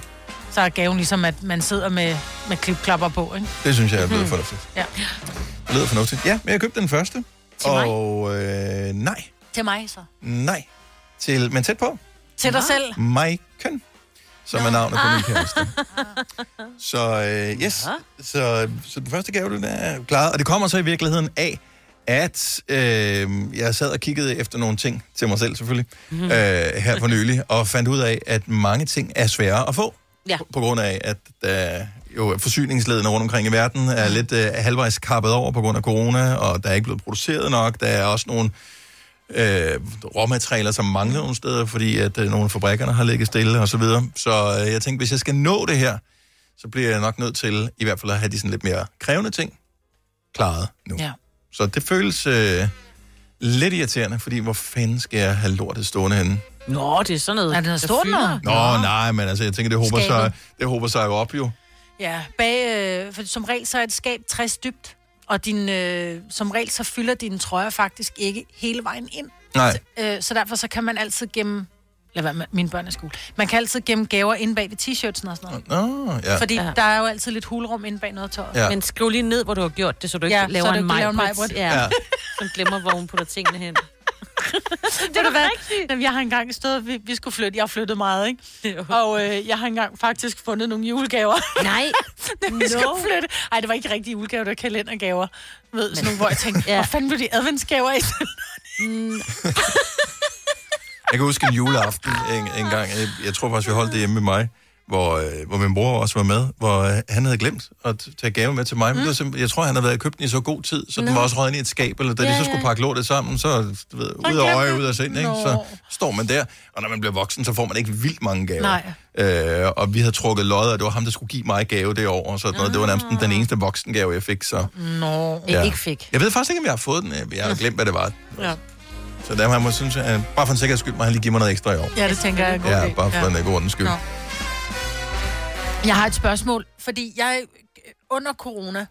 Så er gaven ligesom, at man sidder med, med klipklapper på, ikke? Mhm.
Det synes jeg er blevet fornuftigt.
Ja.
Det lyder fornuftigt. Ja, men jeg købte den første. Til
mig?
og øh, nej,
Til mig så.
nej. Til, men tæt på.
Til dig selv. Ah.
Maiken, som er navnet på min kæreste. Så øh, yes, så, så den første gave, den er klaret. Og det kommer så i virkeligheden af, at øh, jeg sad og kiggede efter nogle ting til mig selv selvfølgelig, mm. øh, her for nylig, og fandt ud af, at mange ting er svære at få.
Ja.
På grund af, at der jo forsyningsledene rundt omkring i verden er lidt øh, halvvejs kappet over på grund af corona, og der er ikke blevet produceret nok. Der er også nogle øh, råmaterialer, som mangler nogle steder, fordi at øh, nogle af fabrikkerne har ligget stille og så videre. Så øh, jeg tænkte, hvis jeg skal nå det her, så bliver jeg nok nødt til i hvert fald at have de sådan lidt mere krævende ting klaret nu.
Ja.
Så det føles øh, lidt irriterende, fordi hvor fanden skal jeg have lortet stående henne?
Nå, det er sådan noget. Er det
noget stort noget?
Nå, Nå, nej, men altså, jeg tænker, det håber, sig,
Skabet.
det håber sig jo op jo.
Ja, bag, øh, for som regel så er et skab 60 dybt, og din, øh, som regel så fylder dine trøjer faktisk ikke hele vejen ind.
Nej.
Øh, så derfor så kan man altid gemme... Lad være med, mine børn er i skole. Man kan altid gemme gaver inde bag ved t-shirtsen og sådan noget.
Nå, ja.
Fordi der er jo altid lidt hulrum inde bag noget tøj.
Ja. Men skriv lige ned, hvor du har gjort det, så du ikke
Ja,
ja,
så
laver
du
en
ikke laver en
majbrit.
Maj-Brit.
Ja.
Ja.
Som glemmer, hvor hun putter tingene hen.
det er da rigtigt. Jamen, jeg har engang stået, vi, vi skulle flytte, jeg har flyttet meget, ikke? Og øh, jeg har engang faktisk fundet nogle julegaver.
Nej.
da vi no. skulle flytte. Ej, det var ikke rigtige julegaver, det var kalendergaver. Du Ved, sådan nogle, hvor jeg tænkte, ja. hvor fanden blev de adventsgaver i? mm.
Jeg kan huske en juleaften en, en gang, jeg, jeg tror faktisk, vi holdt det hjemme med mig, hvor, øh, hvor min bror også var med, hvor øh, han havde glemt at tage gave med til mig. Mm. Men det var simpelthen, jeg tror, han havde været købt den i så god tid, så Nå. den var også røget ind i et skab, eller da de
Ja,
så
ja.
skulle pakke lortet sammen, så du ved, ud af øje, ud af sind, ikke? så står man der. Og når man bliver voksen, så får man ikke vildt mange gaver.
Nej.
Øh, og vi havde trukket lod, og det var ham, der skulle give mig gave det år. Og sådan noget. Det var nærmest den- den eneste voksengave, jeg fik. Så.
Nå.
Ja.
Ja. Ikke fik.
Jeg ved faktisk ikke, om jeg har fået den. Jeg har glemt, hvad det var.
Ja.
Så derfor må jeg synes, at bare for en sikkerheds skyld, må han lige give mig noget ekstra i år.
ja, det tænker jeg er en god
Ja,
idé.
bare for en øh, god ordens skyld.
Nå. Jeg har et spørgsmål, fordi jeg under corona,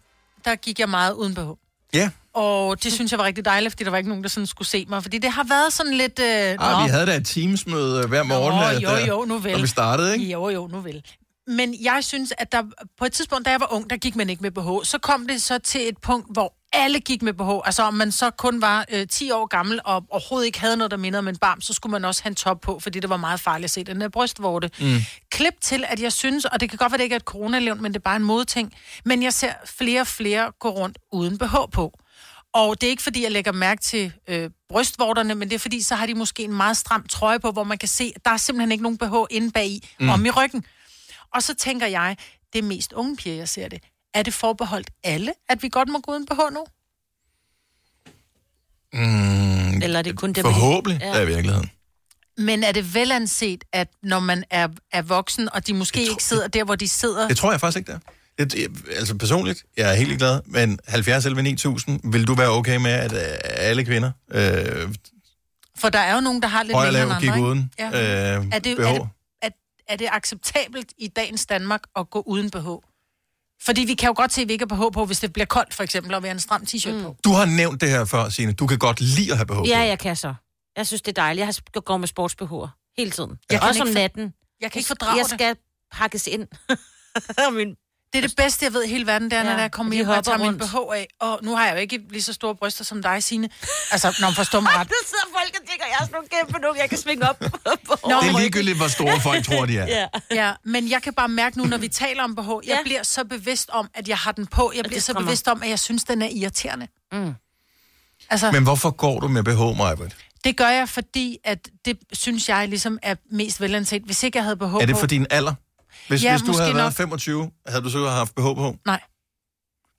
der gik jeg meget uden behov.
Ja.
Og det synes jeg var rigtig dejligt, fordi der var ikke nogen, der sådan skulle se mig. Fordi det har været sådan lidt... Øh,
Ah,
nå.
vi havde da et teamsmøde øh, hver morgen,
Nå,
øh,
jo,
der-
jo, nu vel.
når vi startede, ikke?
Jo, jo, nu vel. Men jeg synes, at der, på et tidspunkt, da jeg var ung, der gik man ikke med BH. Så kom det så til et punkt, hvor alle gik med BH. Altså om man så kun var øh, 10 år gammel og overhovedet ikke havde noget, der mindede om en barm, så skulle man også have en top på, fordi det var meget farligt at se den der brystvorte.
Mm.
Klip til, at jeg synes, og det kan godt være, det ikke er et coronalevn, men det er bare en modting, men jeg ser flere og flere gå rundt uden BH på. Og det er ikke, fordi jeg lægger mærke til øh, brystvorterne, men det er, fordi så har de måske en meget stram trøje på, hvor man kan se, at der er simpelthen ikke nogen BH inde bagi
Mm.
mm. om i ryggen. Og så tænker jeg, det er mest unge piger, jeg ser det. Er det forbeholdt alle, at vi godt må gå uden BH nu?
Mm,
Eller er det kun dem,
Forhåbentlig,
Ja.
ja. der i virkeligheden.
Men er det velanset, at når man er, er voksen, og de måske ikke sidder der, hvor de sidder...
Det tror jeg faktisk ikke, der. Det, det- altså personligt, jeg er helt glad, men 70 11 9000, vil du være okay med, at øh, alle kvinder, øh,
For der er jo nogen, der har lidt
høj og
længere
lav,
end andre,
gik
ikke?
uden
Ja.
øh,
er, det,
BH?
er, det, er, er det acceptabelt i dagens Danmark at gå uden BH? Fordi vi kan jo godt se, at vi ikke har BH på, hvis det bliver koldt, for eksempel, og vi har en stram t-shirt mm. på.
Du har nævnt det her før, Signe. Du kan godt lide at have BH.
Ja, jeg kan så. Jeg synes, det er dejligt. Jeg har- jeg går med sportsbehår hele tiden.
Jeg
Jeg
kan
Også om
ikke for-
natten.
Jeg kan ikke fordrage
Jeg
det.
skal pakkes ind. Min...
Det er det bedste, jeg ved i hele verden, det er, når
Ja,
jeg kommer
de
hjem og jeg
hopper
tager min
rundt.
BH af. Og nu har jeg jo ikke lige så store bryster som dig, Signe. Altså, når man forstår mig ret.
Der sidder folk og tænker, jeg er sådan nogle kæmpe nogen, jeg kan svinge op på.
Nå,
det er
men-
ligegyldigt, hvor store folk tror, de er.
Ja. ja, men jeg kan bare mærke nu, når vi taler om BH, jeg ja. bliver så bevidst om, at jeg har den på. Jeg bliver så
strammer.
bevidst om, at jeg synes, den er irriterende.
Mm.
Altså,
Men hvorfor går du med BH, Maja?
Det gør jeg, fordi at det synes jeg ligesom er mest velanset. Hvis ikke jeg havde behov
Er det
på-
for din alder? Hvis,
Ja,
hvis du
måske
havde været
nok.
25, havde du så haft BH på?
Nej.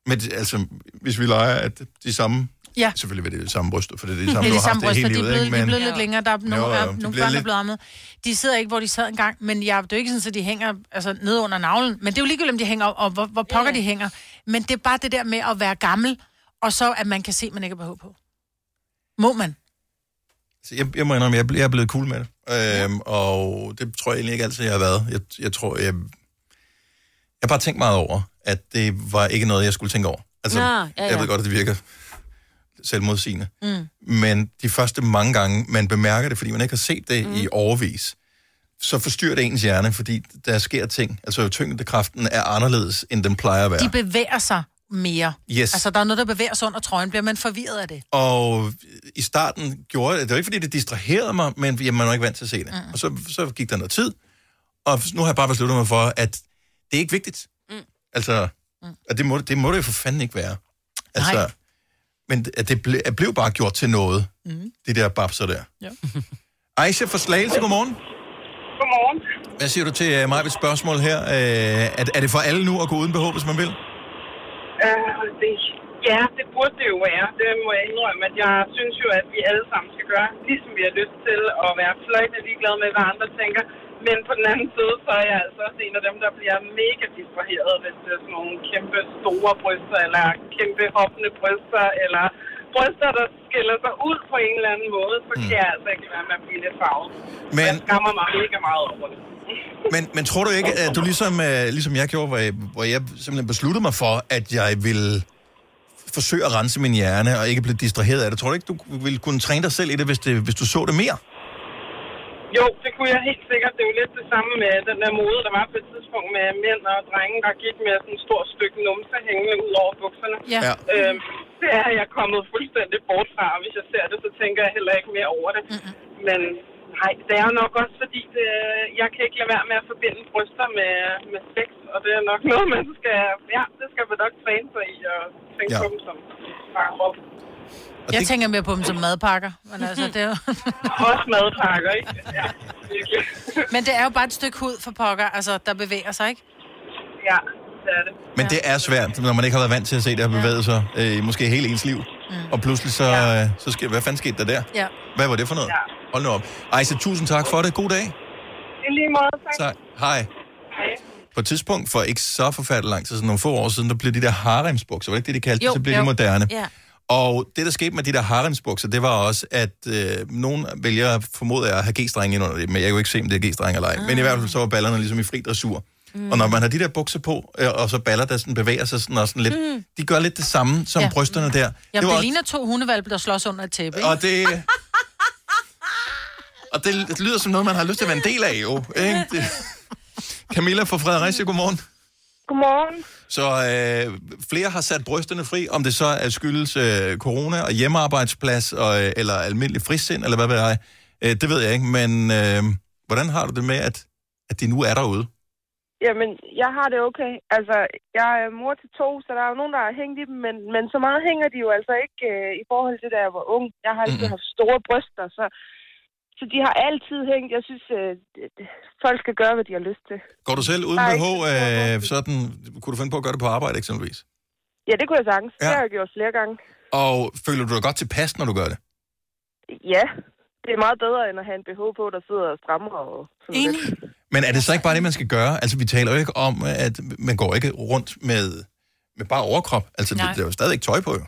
Men det- altså, hvis vi leger, at de samme...
Ja.
Selvfølgelig vil det være de samme bryster, for det er de
Det er
samme,
de
du har haft
samme
det
bryster,
hele
de er
livet.
blevet, de
ikke?
er
Men-
blevet lidt længere. Der er
Jo,
nogle,
jo,
er,
de
nogle
bliver
børn, der er
lidt-
blevet ammet. De sidder ikke, hvor de sad engang, men jeg, det er jo ikke sådan, at de hænger altså, ned under navlen. Men det er jo ligegyldigt, om de hænger, og hvor, hvor pokker de hænger. Men det er bare det der med at være gammel, og så at man kan se, at man ikke har behov på. Må man?
Så jeg, jeg må indrømme, jeg, er ble- jeg er blevet cool med det. Øhm, og det tror jeg egentlig ikke altid, jeg har været. Jeg, jeg tror, jeg... Jeg har bare tænkt meget over, at det var ikke noget, jeg skulle tænke over. Altså,
Nå,
ja,
ja,
ja.
ja.
jeg ved godt, at det virker selvmodsigende.
Mm.
Men de første mange gange, man bemærker det, fordi man ikke har set det mm. i overvis, så forstyrrer det ens hjerne, fordi der sker ting. Altså tyngdekraften er anderledes, end den plejer at være.
De bevæger sig mere.
Yes.
Altså, der er noget, der bevæger sig under trøjen. Bliver man forvirret af det?
Og i starten gjorde jeg det. Det var ikke, fordi det distraherede mig, men jamen, man var ikke vant til at se det. Mm. Og så, så gik der noget tid, og nu har jeg bare besluttet mig for, at det er ikke vigtigt. Mm. Altså, mm. at det må, det må det jo for fanden ikke være. Altså,
Nej.
Men at det ble, at blev bare gjort til noget, mm. det der babser der.
Ja.
Aisha fra Slagelse, godmorgen.
Godmorgen.
Hvad siger du til øh, mig ved et spørgsmål her? Øh, er, er det for alle nu at gå uden behov, hvis man vil?
Øh, det, ja, det burde det jo være. Det må jeg indrømme, at jeg synes jo, at vi alle sammen skal gøre, ligesom vi har lyst til at være fløjtende ligeglade med, hvad andre tænker. Men på den anden side, så er jeg altså også en af dem, der bliver mega distraheret, hvis det er sådan nogle kæmpe store bryster, eller kæmpe hoppende bryster, eller bryster, der skiller sig ud på en eller anden måde, så kan jeg altså ikke lade være med at blive lidt farvet.
Men,
Jeg skammer mig mega meget over det.
Men, men tror du ikke, at du ligesom, øh, ligesom jeg gjorde, hvor jeg, hvor jeg simpelthen besluttede mig for, at jeg ville forsøge at rense min hjerne og ikke blive distraheret af det? Tror du ikke, du ville kunne træne dig selv i det, hvis, det, hvis du så det mere?
Jo, det kunne jeg helt sikkert. Det er jo lidt det samme med den der mode, der var på et tidspunkt med mænd og drenge, der gik med sådan et stort stykke numse hængende ud over bukserne.
Ja. Ja.
Øhm, det er jeg kommet fuldstændig bort fra, og hvis jeg ser det, så tænker jeg heller ikke mere over det. Mm-hmm. Men nej, det er nok også fordi, det, jeg kan ikke lade være med at forbinde bryster med, med sex, og det er nok noget, man skal, ja, det skal man nok træne sig i, og tænke
Ja.
ja. på dem som farver.
Jeg tænker mere på dem som madpakker. Men, altså, det er jo...
Også madpakker, ikke? Ja, virkelig.
men det er jo bare et stykke hud for pokker, altså, der bevæger sig, ikke?
Ja, det er det.
Men det er svært, når man ikke har været vant til at se det have bevæget sig, øh, i måske hele ens liv. Og pludselig så, øh, så sker, hvad fanden skete der der?
Ja.
Hvad var det for noget? Ja. Hold nu op. Ejse, tusind tak for det. God dag.
I lige måde, tak.
Tak. Hej. På et tidspunkt, for ikke så forfærdeligt lang tid, sådan nogle få år siden, der blev de der haremsbukser, var det ikke det, de kaldte jo, Så blev de moderne.
Ja.
Og det, der skete med de der haremsbukser, det var også, at øh, nogen vælger, formoder jeg, at have g-strenge ind under det, men jeg kan jo ikke se, om det er g-strenge eller ej. Men i hvert fald så var ballerne ligesom i fri dressur. Mm. Og når man har de der bukser på, øh, og så baller, der sådan bevæger sig sådan, og sådan lidt, mm.
Mm.
de gør lidt det samme som
Ja.
ja. brysterne der.
Jamen, det, det
var
ligner to hundevalpe, der slås under et tæppe, ikke?
og det... Og det lyder som noget, man har lyst til at være en del af, jo. Ikke? Det... Camilla fra Fredericia, godmorgen.
Godmorgen.
Så øh, flere har sat brysterne fri, om det så er skyldes øh, corona og hjemmearbejdsplads, og, øh, eller almindelig frisind, eller hvad ved jeg. Øh, det ved jeg ikke, men øh, hvordan har du det med, at, at de nu er derude?
Jamen, jeg har det okay. Altså, jeg er mor til to, så der er jo nogen, der har hængt i dem, men, men så meget hænger de jo altså ikke øh, i forhold til, da jeg var ung. Jeg har altid haft store bryster, så, så de har altid hængt. Jeg synes, øh, det- det- folk skal gøre, hvad de har lyst til.
Går du selv uden
Nej,
BH? Øh, sådan, kunne du finde på at gøre det på arbejde, eksempelvis?
Ja, det kunne jeg sagtens. Ja.
Ja.
Det har jeg gjort flere gange.
Og føler du dig godt tilpas, når du gør det?
Ja, det er meget bedre, end at have en BH på, der sidder og strammer. Og sådan Enig. Lidt.
Men er det så ikke bare det, man skal gøre? Altså, vi taler jo ikke om, at man går ikke rundt med, med bare overkrop. Altså, det,
Nej.
det er jo stadigvæk tøj på, jo.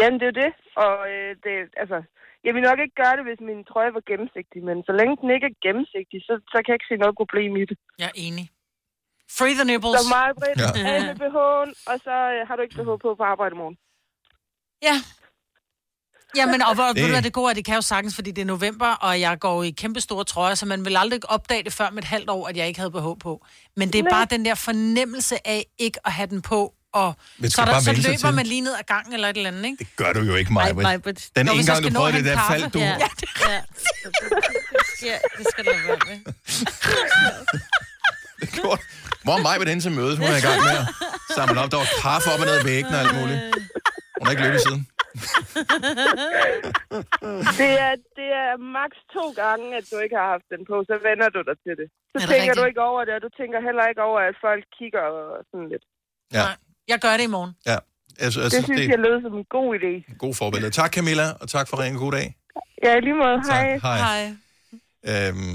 Jamen, det er jo det. Og øh, det, altså, jeg ville nok ikke gøre det, hvis min trøje var gennemsigtig, men så længe den ikke er gennemsigtig, så, så kan jeg ikke se noget problem i det.
Jeg er enig. Free the nipples.
Så meget bredt.
Ja.
Ja. Af med BH'en, og så øh, har du ikke BH på på arbejde i morgen.
Ja. Jamen, og hvor,
Det-
det... ved du, hvad det gode er, det kan jeg jo sagtens, fordi det er november, og jeg går i kæmpe store trøjer, så man vil aldrig opdage det før med et halvt år, at jeg ikke havde behov på. Men det er
Nej.
bare den der fornemmelse af ikke at have den på, og
Man skal
så, er der,
bare
så
vælge sig
løber
til.
man lige ned ad gangen eller et eller andet, ikke? Det
Gør du jo ikke, mig. Den ene gang, du prøvede det der fald, du...
Ja.
Ja.
ja, det er rigtigt.
Ja, det skal du være med.
Hvor mig ved den til mødes, hun er i gang med at samle op. Der var kaffe op og ned ad væggen og alt muligt. Hun er ikke løbet siden.
det, er, det er maks to gange, at du ikke har haft den på, så vender du dig til det. Så
Er det
tænker rigtigt? du
rigtigt?
ikke over det, og du tænker heller ikke over, at folk kigger og sådan lidt.
Ja,
Jeg gør det i morgen.
ja. Jeg, sy- jeg
det
synes,
synes
Altså, det
jeg
er
lød som en god idé.
et godt forbillede. Tak, Camilla, og tak for ringen. God dag.
Ja, i lige måde. Hej.
Hej.
Hej.
Øhm,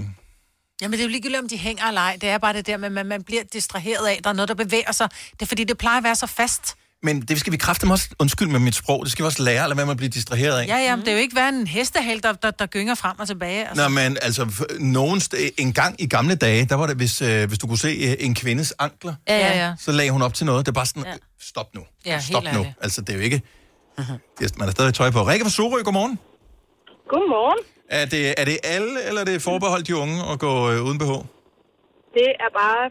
Jamen, det er jo ligegyldigt, om de hænger eller ej. Det er bare det der med, at man, man bliver distraheret af, der er noget, der bevæger sig. Det er fordi, det plejer at være så fast.
men det skal vi kræfte også... Undskyld med mit sprog. Det skal vi også lære, eller hvad man bliver distraheret af.
Ja, ja, men det er jo ikke være en hestehal, der, der, der gynger frem og tilbage. Altså.
Nå, men altså, f- nogen st- en gang i gamle dage, der var det, hvis, øh, hvis du kunne se øh, en kvindes ankler,
Ja, ja, ja.
så lagde hun op til noget. Det er bare sådan, ja. stop nu.
Ja,
Stop
helt
nu.
ærligt. Mhm.
Altså, det er jo ikke... Det er- Man er stadig tøj på. Rikke fra Sorø, godmorgen.
Godmorgen.
Er det, er det alle, eller er det forbeholdt de unge at gå øh, uden BH?
Det er bare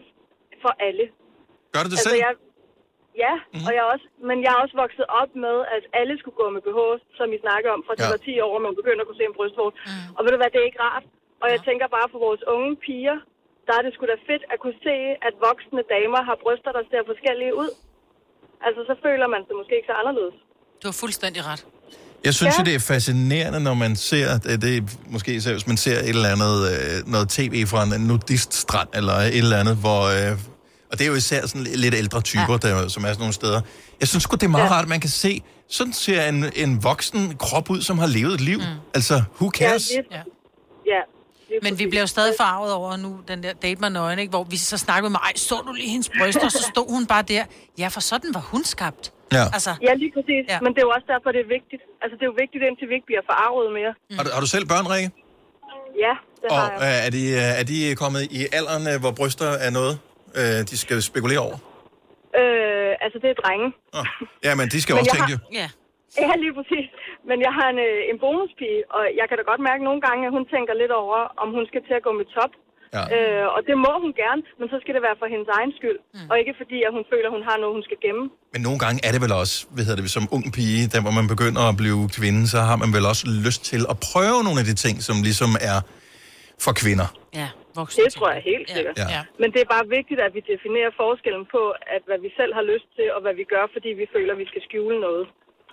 for alle.
Gør du det selv?
Jeg, ja,
Mhm.
mm-hmm. og jeg er også, men jeg er også vokset op med, at alle skulle gå med BH, som I snakker om, fra de
Ja.
var 10 år, og man begynder at kunne se en brystvorte.
Mhm.
Mm. Og ved du hvad, det er ikke rart. Og jeg tænker bare for vores unge piger, der er det sgu da fedt at kunne se, at voksne damer har bryster, der ser forskellige ud. Altså, så føler man sig måske ikke så anderledes.
Du har fuldstændig ret.
Jeg synes ja. jo, det er fascinerende, når man ser, det, det er måske især, hvis man ser et eller andet, øh, noget tv fra en nudiststrand, eller et eller andet, hvor... Øh, og det er jo især sådan lidt ældre typer, ja. der, som er sådan nogle steder. Jeg synes sgu, det er meget ja. rart, at man kan se, sådan ser en, en voksen krop ud, som har levet et liv. Mm. Altså, who cares? Ja,
Ja.
ja.
Men vi bliver jo stadig farvet over nu, den der date mig nøgen, ikke? hvor vi så snakkede med mig, ej, så du lige hendes bryster, og så stod hun bare der. Ja, for sådan var hun skabt.
Ja.
Altså,
Ja, lige præcis. Ja. Men det er jo også derfor, det er vigtigt. Altså, det er jo vigtigt, indtil vi ikke bliver forarvet mere.
Har, du, har du selv børn, Rikke?
Ja, det
og
har jeg.
øh, er, de, øh, er de kommet i alderen, øh, hvor bryster er noget, øh, de skal spekulere over?
Øh, altså, det er drenge.
Ja, men de skal også
jeg
tænke jo.
har... Ja. Ja, lige præcis. Men jeg har en, øh, en bonuspige, og jeg kan da godt mærke nogle gange, at hun tænker lidt over, om hun skal til at gå med top.
Ja.
Øh, og det må hun gerne, men så skal det være for hendes egen skyld, mm. og ikke fordi, at hun føler, hun har noget, hun skal gemme.
Men nogle gange er det vel også, hvad hedder det, som ung pige, der hvor man begynder at blive kvinde, så har man vel også lyst til at prøve nogle af de ting, som ligesom er for kvinder.
Ja,
voksne. Det tror jeg helt sikkert.
Ja. Ja.
Men det er bare vigtigt, at vi definerer forskellen på, at hvad vi selv har lyst til, og hvad vi gør, fordi vi føler, at vi skal skjule noget.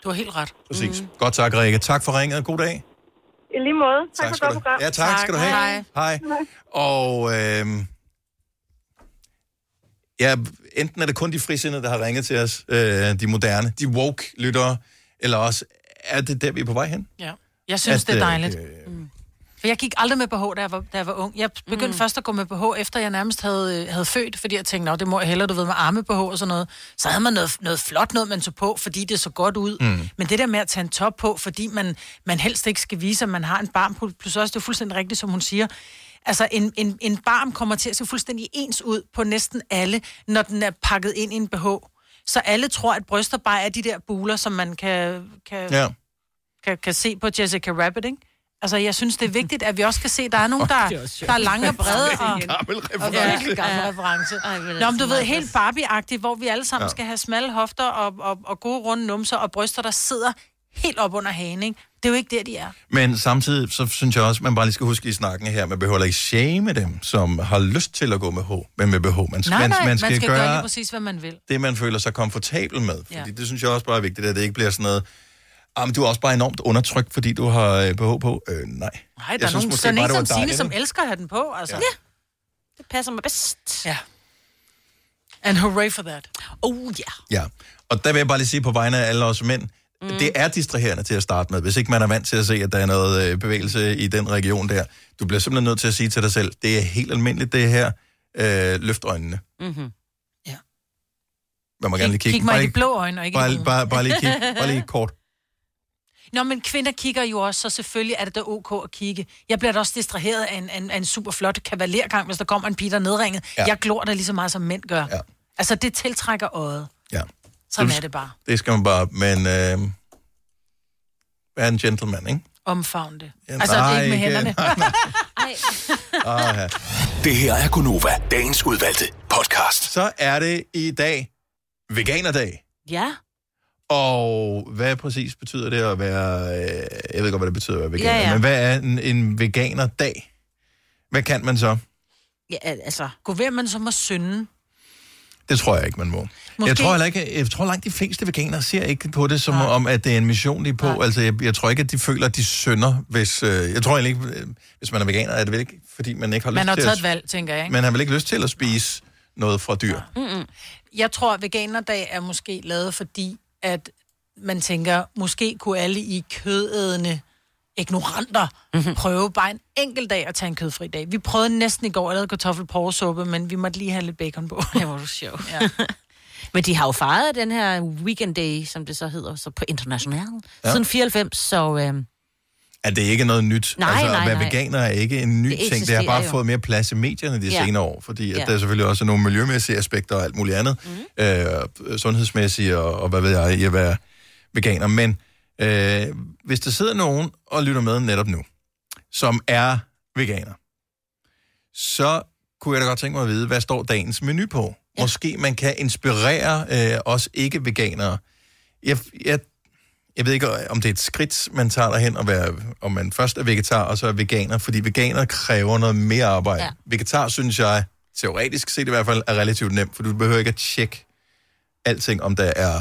Du har helt ret.
Præcis. Mm. Godt tak, Rikke. Tak for ringet. God dag.
I lige måde. Tak, tak for
skal
godt
du,
program.
ja, tak, skal du have. Hej. Og øhm, ja, enten er det kun de frisindede, der har ringet til os, øh, de moderne, de woke-lyttere, eller også er det der, vi er på vej hen.
Ja. Jeg synes,
At,
det er
øh,
dejligt. Mm. For jeg gik aldrig med BH, da jeg var, da jeg var ung. Jeg begyndte mm. først at gå med BH, efter jeg nærmest havde, øh, havde født, fordi jeg tænkte, "Nå, det må jeg hellere, du ved, med arme BH og sådan noget. Så havde man noget, noget flot noget, man tog på, fordi det så godt ud.
Mm.
Men det der med at tage en top på, fordi man, man helst ikke skal vise, at man har en barm, plus plus også, det er fuldstændig rigtigt, som hun siger, Altså, en, en, en barm kommer til at se fuldstændig ens ud på næsten alle, når den er pakket ind i en BH. Så alle tror, at bryster bare er de der buler, som man kan, kan,
Ja.
kan, kan se på Jessica Rabbit, ikke? Altså, jeg synes, det er vigtigt, at vi også kan se, at der er nogen, der,
Det er også sjovt.
der er lange og brede.
Det er
Og,
en gammel
og
reference.
virkelig gammel
Ja.
reference.
men
Nå,
altså,
men du ved,
meget
helt Barbie-agtigt, hvor vi alle sammen
Ja.
ja. skal have smalle hofter og, og, og gode runde numser og bryster, der sidder helt op under hagen, ikke? Det er jo ikke der, de er.
Men samtidig, så synes jeg også, man bare lige skal huske i snakken her, man behøver ikke shame dem, som har lyst til at gå med H, men med BH. Man,
Nej, nej,
man,
man skal, man skal gøre... gøre lige præcis, hvad man vil.
det, man føler sig komfortabel med. Fordi
Ja.
ja. det synes jeg også bare er vigtigt, at det ikke bliver sådan noget, ah, men du er også bare enormt undertrykt, fordi du har øh, BH på. Øh, nej. Nej,
Nej, der er nogen, der er nogen som Signe, som elsker at have den på, altså.
Ja.
Det passer mig bedst. Ja. And hooray for that. Oh, ja. Yeah.
Ja, og der vil jeg bare lige sige på vegne af alle os mænd, mm. det er distraherende til at starte med, hvis ikke man er vant til at se, at der er noget øh, bevægelse i den region der. Du bliver simpelthen nødt til at sige til dig selv, det er helt almindeligt det her, øh, løft øjnene.
Mm-hmm.
Man må gerne lige
Kig,
kigge.
kig mig
Bare
i de
lige-
blå øjne, og ikke i de
bare,
brune.
bare, bare, lige kig, bare lige kort.
Nå, men kvinder kigger jo også, så selvfølgelig er det da ok at kigge. Jeg bliver da også distraheret af en, en, en super flot kavalergang, hvis der kommer en pige, der er nedringet.
Ja.
Ja. Jeg glor da lige så meget, som mænd gør. Ja. Altså, det tiltrækker øjet.
Ja.
Sådan
Så du-
er det bare.
Det skal man bare, men øh, vær en gentleman, ikke?
Omfavn det.
Ja,
altså, det er ikke med
nej, ikke.
hænderne.
Nej,
nej.
Aha.
Det her er Gunova, dagens udvalgte podcast.
Så er det i dag veganerdag.
Ja.
Og hvad præcis betyder det at være... øh, Jeg ved godt, hvad det betyder at være veganer,
Ja,
ja,
ja.
ja. men hvad er en, en veganerdag? Hvad kan man så?
ja, altså.
Gå ved, at man så må synde.
Det tror jeg ikke, man må. Måske... Jeg
Måske-
tror heller ikke, jeg tror langt de fleste veganere ser ikke på det som om, at det er en mission, de er på. Altså, jeg, jeg tror ikke, at de føler, at de synder, hvis... Øh, jeg tror egentlig ikke, øh, hvis man er veganer, er det vel ikke, fordi man ikke har
Man
lyst
har
til
taget
at...
et valg, tænker jeg. Ikke?
Man har vel ikke lyst til at spise noget fra dyr.
Mm-mm. Jeg tror, at veganerdag er måske lavet, fordi at man tænker, måske kunne alle i kødædende ignoranter
Mhm.
mm-hmm. prøve bare en enkelt dag at tage en kødfri dag. Vi prøvede næsten i går, jeg lavede kartoffelporresuppe, men vi måtte lige have lidt bacon på. Det var du sjov. Ja.
Men de har jo fejret den her weekend day, som det så hedder, så på international, ja.
Ja.
siden 94, så... Øhm,
At det ikke er noget nyt.
Nej,
altså,
nej,
at være
nej.
veganer er ikke en ny
Det
det ting. Det
eksisterer
har bare
jo.
jo. fået mere plads i medierne de
Ja.
ja. senere år, fordi at
Ja. Mhm.
ja. der selvfølgelig også er nogle miljømæssige aspekter og alt muligt andet, mm. øh, sundhedsmæssige og, og hvad ved jeg, i at være veganer. Men øh, hvis der sidder nogen og lytter med netop nu, som er veganer, så kunne jeg da godt tænke mig at vide, hvad står dagens menu på? Ja. Måske man kan inspirere øh, os ikke-veganere. Jeg, jeg jeg ved ikke, om det er et skridt, man tager derhen, og være, om man først er vegetar, og så er veganer, fordi veganer kræver noget mere arbejde.
Ja.
Ja. Vegetar, synes jeg, teoretisk set i hvert fald, er relativt nemt, for du behøver ikke at tjekke alting, om der er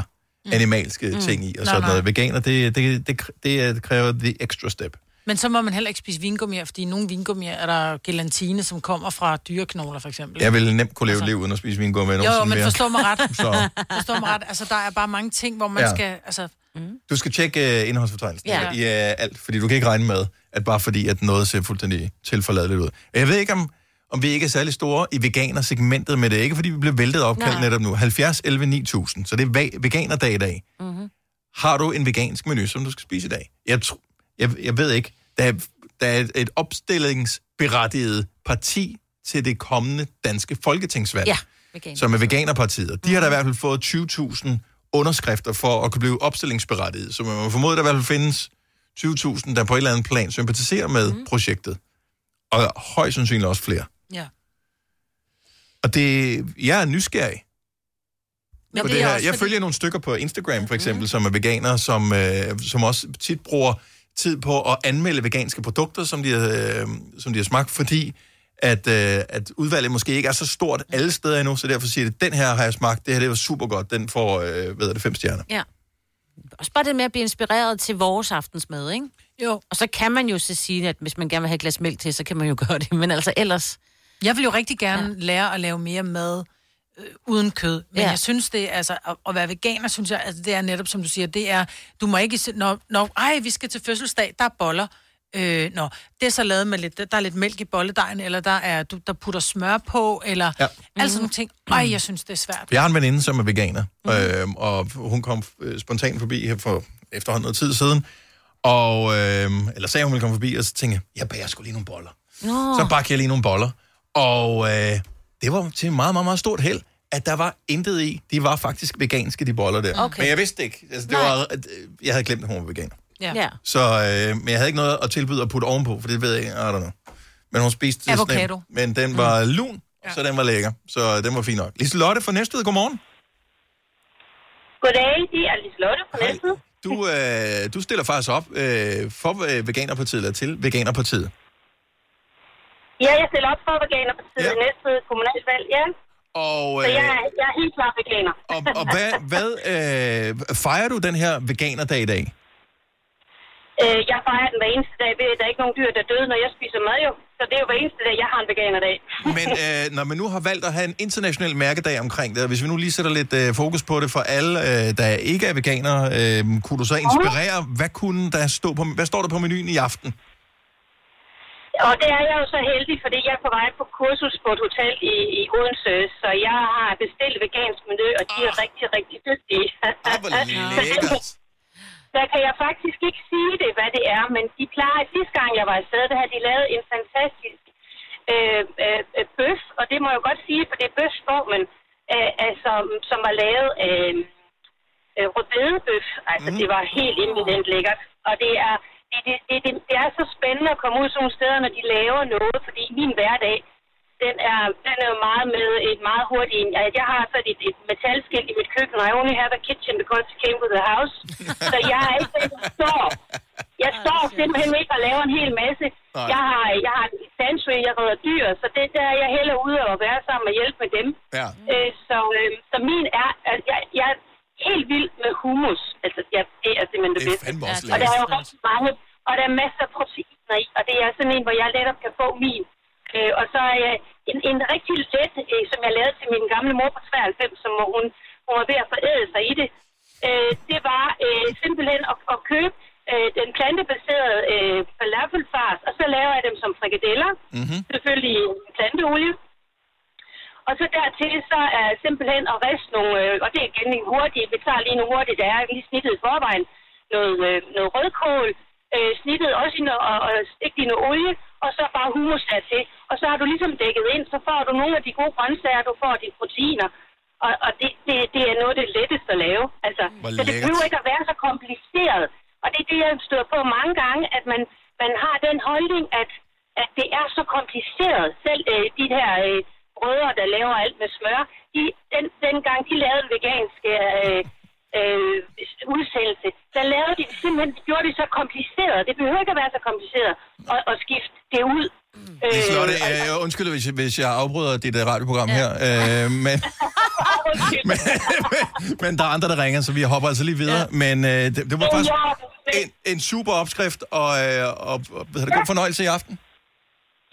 animalske
Mm.
mm. ting i,
Nej,
og sådan noget.
nej.
Veganer, det, det, det, det er- kræver the extra step.
Men så må man heller ikke spise vingummier, fordi i nogle vingummier er der gelatine, som kommer fra dyreknogler for eksempel.
Jeg ville nemt kunne leve altså. liv uden at spise min gummi.
Jo, jo, men forstå mig ret.
Så
forstå mig ret. Altså, der er bare mange ting, hvor man ja.
Ja.
skal... Altså,
du skal tjekke uh, indholdsfortegnelsen
Ja.
ja. i uh, alt, fordi du kan ikke regne med, at bare fordi, at noget ser fuldstændig tilforladeligt ud. Og Jeg ved ikke, om, om vi ikke er særlig store i veganer-segmentet, men det er ikke, fordi vi bliver væltet af opkald
Nej.
netop nu. 70 11 9000, så det er va- veganerdag i dag.
Mm-hmm.
Har du en vegansk menu, som du skal spise i dag? Jeg, tr- jeg, jeg ved ikke, der er, der er et, et opstillingsberettiget parti til det kommende danske folketingsvalg
ja, veganer.
som er Veganerpartiet, de har da i hvert fald fået 20.000 underskrifter for at kunne blive opstillingsberettiget. Så man må formode, at der i hvert fald findes 20.000, der på et eller andet plan sympatiserer med mm. projektet. Og højst sandsynligt også flere.
Ja.
Og det, jeg er nysgerrig.
Men
på
det
det
er
her.
også
Jeg
fordi- Mhm.
følger nogle stykker på Instagram, for eksempel, som er veganere, som, øh, som også tit bruger tid på at anmelde veganske produkter, som de, har, øh, som de har smagt, fordi at, øh, at udvalget måske ikke er så stort
Mhm.
alle steder endnu, så derfor siger det, den her har jeg smagt, det her det var super godt, den får, øh, hvad er det, fem stjerner.
Ja. Også bare det med at blive inspireret til vores aftensmad, ikke?
Jo.
Og så kan man jo så sige, at hvis man gerne vil have et glas mælk til, så kan man jo gøre det. Men altså ellers...
Jeg vil jo rigtig gerne ja. lære at lave mere mad øh, uden kød. Men
Ja.
ja. jeg synes det, altså, at, at være veganer, synes jeg, altså, det er netop, som du siger, det er, du må ikke, se- når, når ej, vi skal til fødselsdag, der er boller. Øh, nå, det er så lavet med lidt, der er lidt mælk i bolledejen, eller der er, du, der putter smør på, eller
Ja.
ja. altså
Mhm.
nogle ting. Ej, jeg synes, det er svært.
Jeg har en veninde, som er veganer,
Mhm.
mm. øh, og hun kom øh, spontant forbi her for efterhånden noget tid siden, og, øh, eller sagde, hun ville komme forbi, og så tænkte jeg, jeg bager sgu lige nogle boller.
Nå.
Så bagte jeg lige nogle boller, og øh, det var til meget, meget, meget stort held, at der var intet i. De var faktisk veganske, de boller der.
Okay.
Men jeg vidste det ikke. Altså, det
Nej.
var, at, øh, jeg havde glemt, at hun var veganer.
Ja.
ja.
Så, øh, men jeg havde ikke noget at tilbyde at putte ovenpå, for det ved jeg ikke. I don't know. Men hun spiste sådan en-
Avocado.
Men den
Mm.
var lun, så den var lækker. Så øh, den var fin nok. Liselotte fra Næstved, godmorgen.
Goddag, det er Liselotte fra Næstved.
Du, øh, du stiller faktisk op øh, for øh, Veganerpartiet, eller til Veganerpartiet.
Ja, jeg stiller op for Veganerpartiet ja. næste kommunalvalg, ja.
Og,
Så
øh,
jeg, er- jeg er helt klar veganer.
Og, og hvad, hvad øh, fejrer du den her veganerdag i dag?
øh, jeg fejrer den hver eneste dag ved, at der er ikke nogen dyr, der er døde, når jeg spiser mad jo. Så det er jo hver eneste dag, jeg har en veganerdag.
Men øh, når man nu har valgt at have en international mærkedag omkring det, og hvis vi nu lige sætter lidt øh, fokus på det for alle, øh, der ikke er veganere, øh, kunne du så inspirere, hvad kunne der stå på, hvad står der på menuen i aften?
Og det er jeg jo så heldig, fordi jeg er på vej på kursus på et hotel i, i Odense, så jeg har bestilt vegansk menu, og de er rigtig, rigtig dygtige. Så det- Der kan jeg faktisk ikke sige det, hvad det er, men de plejer, sidste gang jeg var afsted, der havde de lavet en fantastisk øh, øh, øh, bøf, og det må jeg jo godt sige, for det er bøfsformen, øh, altså, som var lavet af øh, rødbedebøf. Altså, mm. det var helt eminent lækkert. Og det er, det, det, det, det, det er så spændende at komme ud sådan nogle steder, når de laver noget, fordi min hverdag, den er, den er jo meget med et meget hurtigt... en- altså, Jeg har sådan et, et metalskilt i mit køkken, I only have a kitchen because it came with the house. Så jeg er ikke den, der står. Jeg står simpelthen ikke og laver en hel masse.
Nej.
Jeg har, jeg har et sanctuary, jeg redder dyr, så det er der, jeg hælder ud og være sammen og hjælpe med dem.
Ja.
Øh, så, øh, så min er, at jeg, jeg er helt vild med hummus. Altså, ja, det er simpelthen det,
Det er
bedste.
fandme også
og der er jo
lækkert.
rigtig mange, og der er masser af proteiner i, og det er sådan en, hvor jeg netop kan få min. Øh, og så er jeg en, en rigtig let, øh, som jeg lavede til min gamle mor på 93, som var- hun, hun var ved at foræde sig i det. Øh, det var øh, simpelthen at, at købe øh, den plantebaserede øh, falafelfars, og så laver jeg dem som frikadeller.
Mm-hmm.
Selvfølgelig i planteolie. Og så dertil så er simpelthen at riste nogle, øh, og det er igen en hurtig, vi tager lige nogle hurtige, der er lige snittet i forvejen, noget, øh, noget rødkål, øh, snittet også i noget, og, og stik i noget olie, og så bare hummus dertil. Og så har du ligesom dækket ind, så får du nogle af de gode grøntsager, du får dine proteiner. Og, og det, det, det, er noget af det letteste at lave. Altså,
Hvor
så det
lækkert.
behøver ikke at være så kompliceret. Og det er det, jeg støder på mange gange, at man, man har den holdning, at, at det er så kompliceret. Selv øh, de her øh, brødre, der laver alt med smør, de, den, dengang de lavede den veganske øh, øh, udsendelse, der lavede de det simpelthen, de gjorde det så kompliceret. Det behøver ikke at være så kompliceret at, at skifte det ud.
Det er Lotte,
og-
øh, undskyld, hvis, hvis jeg afbryder dit øh, radioprogram ja. her, øh, men, men, men der er andre, der ringer, så vi hopper altså lige videre. Ja. Men øh, det, det var faktisk en, en super opskrift, og, øh, og, og hvad hedder det, god fornøjelse i aften.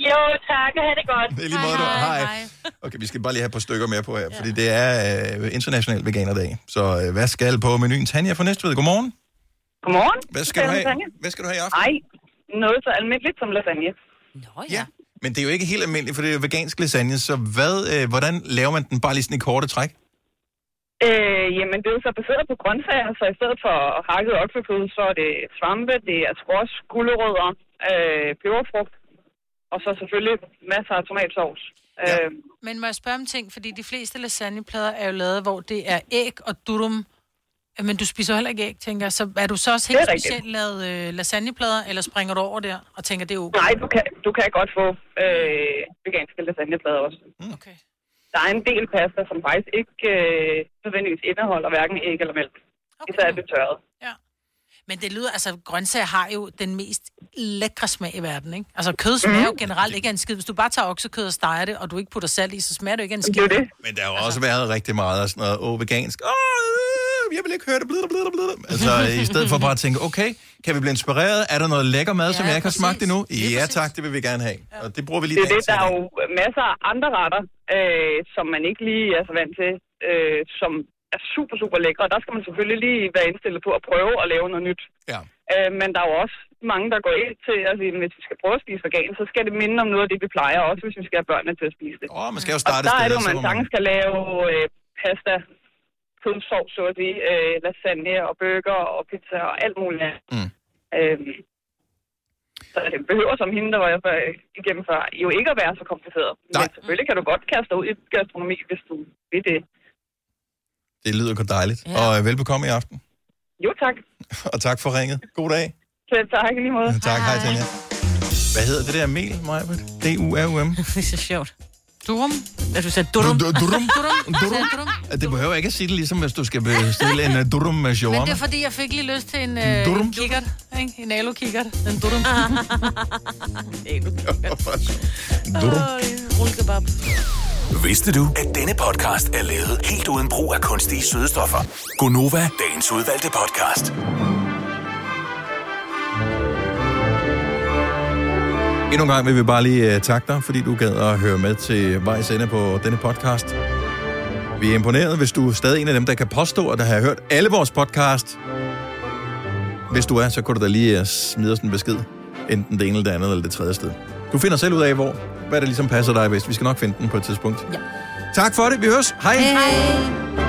Jo, tak, og ha' det godt.
Det er lige måde, du. Hej. hej. Okay, vi skal bare lige have et par stykker mere på her, ja. fordi det er øh, International Veganerdag. Så øh, hvad skal på menuen? Tanja fra Næstved, godmorgen.
Godmorgen.
Hvad skal du have? Hvad skal du have i aften?
Nej, noget så almindeligt som lasagne. Nå ja. ja.
Men det er jo ikke helt almindeligt, for det er jo vegansk lasagne, så hvad, øh, hvordan laver man den bare lige sådan i korte træk?
Øh, jamen, det er jo så baseret på grøntsager, så i stedet for hakket oksekød, så er det svampe, det er squash, gulerødder, øh, peberfrugt, og så selvfølgelig masser af tomatsovs. Ja. Øh,
Men må jeg spørge om ting, fordi de fleste lasagneplader er jo lavet, hvor det er æg og durum Men du spiser jo heller ikke æg, tænker jeg. Så er du så også
Det
helt
er rigtigt.
specielt lavet øh, lasagneplader, eller springer du over der og tænker, det er okay?
Nej, du kan, du kan godt få øh, veganske lasagneplader også.
Okay.
Der er en del pasta, som faktisk ikke øh, nødvendigvis indeholder hverken æg eller mælk. Okay. Så er det tørret.
Men det lyder, altså grøntsager har jo den mest lækre smag i verden, ikke? Altså kød smager jo generelt ikke af en skid. Hvis du bare tager oksekød og steger det, og du ikke putter salt i, så smager det jo ikke af en skid.
Men der har jo
Altså.
også været rigtig meget af sådan noget, åh, vegansk, åh, Øh, jeg vil ikke høre det, blidder, blidder, blidder. Altså, i stedet for bare at tænke, okay, kan vi blive inspireret? Er der noget lækker mad, ja, som jeg ikke har smagt endnu? Ja, tak, det vil vi gerne have. Og det bruger vi lige
det er
dagen
det,
til.
der er jo masser af andre retter, øh, som man ikke lige er så vant til, øh, som er super, super lækre. Og der skal man selvfølgelig lige være indstillet på at prøve at lave noget nyt.
Ja.
Øh, men der er jo også mange, der går ind til at sige, hvis vi skal prøve at spise vegan, så skal det minde om noget af det, vi plejer, også hvis vi skal have børnene til at spise det.
Åh, man skal jo starte
og der
et
er det
sted,
jo,
og så
man
må man-
sagtens skal lave øh, pasta, kødsov, så at sige, øh, lasagne og burger og pizza og alt muligt andet.
Mm.
Øhm, så det behøver, som hende, der var jeg før- igennem før, jo ikke at være så kompliceret. Nej. Men selvfølgelig kan du godt kaste dig ud i gastronomi, hvis du vil det.
Det lyder godt dejligt. Og øh, velbekomme i aften.
Jo, tak.
Og tak for ringet. God dag.
Så tak i lige måde.
Tak, hej Tanja. Hvad hedder det der mel, Majbert? D-U-R-U-M. det
er så sjovt. Durum? Ja, du sagde
durum. Durum.
Durum.
Durum.
Durum.
Det behøver ikke at sige det ligesom, hvis du skal bestille en øh, durum med
Men det
shawarma.
er fordi, jeg fik lige lyst til en, øh,
Durum.
en kikkert, ikke? En alu-kikkert. En durum.
Durum.
øh, Rullekebab.
Vidste du, at denne podcast er lavet helt uden brug af kunstige sødestoffer?
Gonova,
Dagens udvalgte podcast.
Endnu en gang vil vi bare lige øh, takke dig, fordi du gad at høre med til vejs ende på denne podcast. Vi er imponeret, hvis du er stadig en af dem, der kan påstå, at der har hørt alle vores podcast. Hvis du er, så kan du da lige øh, smide os en besked. Enten det ene, eller det andet, eller det tredje sted. Du finder selv ud af, hvor, hvad der ligesom passer dig bedst. Vi skal nok finde den på et tidspunkt. Ja. Tak for det. Vi høres. Hej. Hej.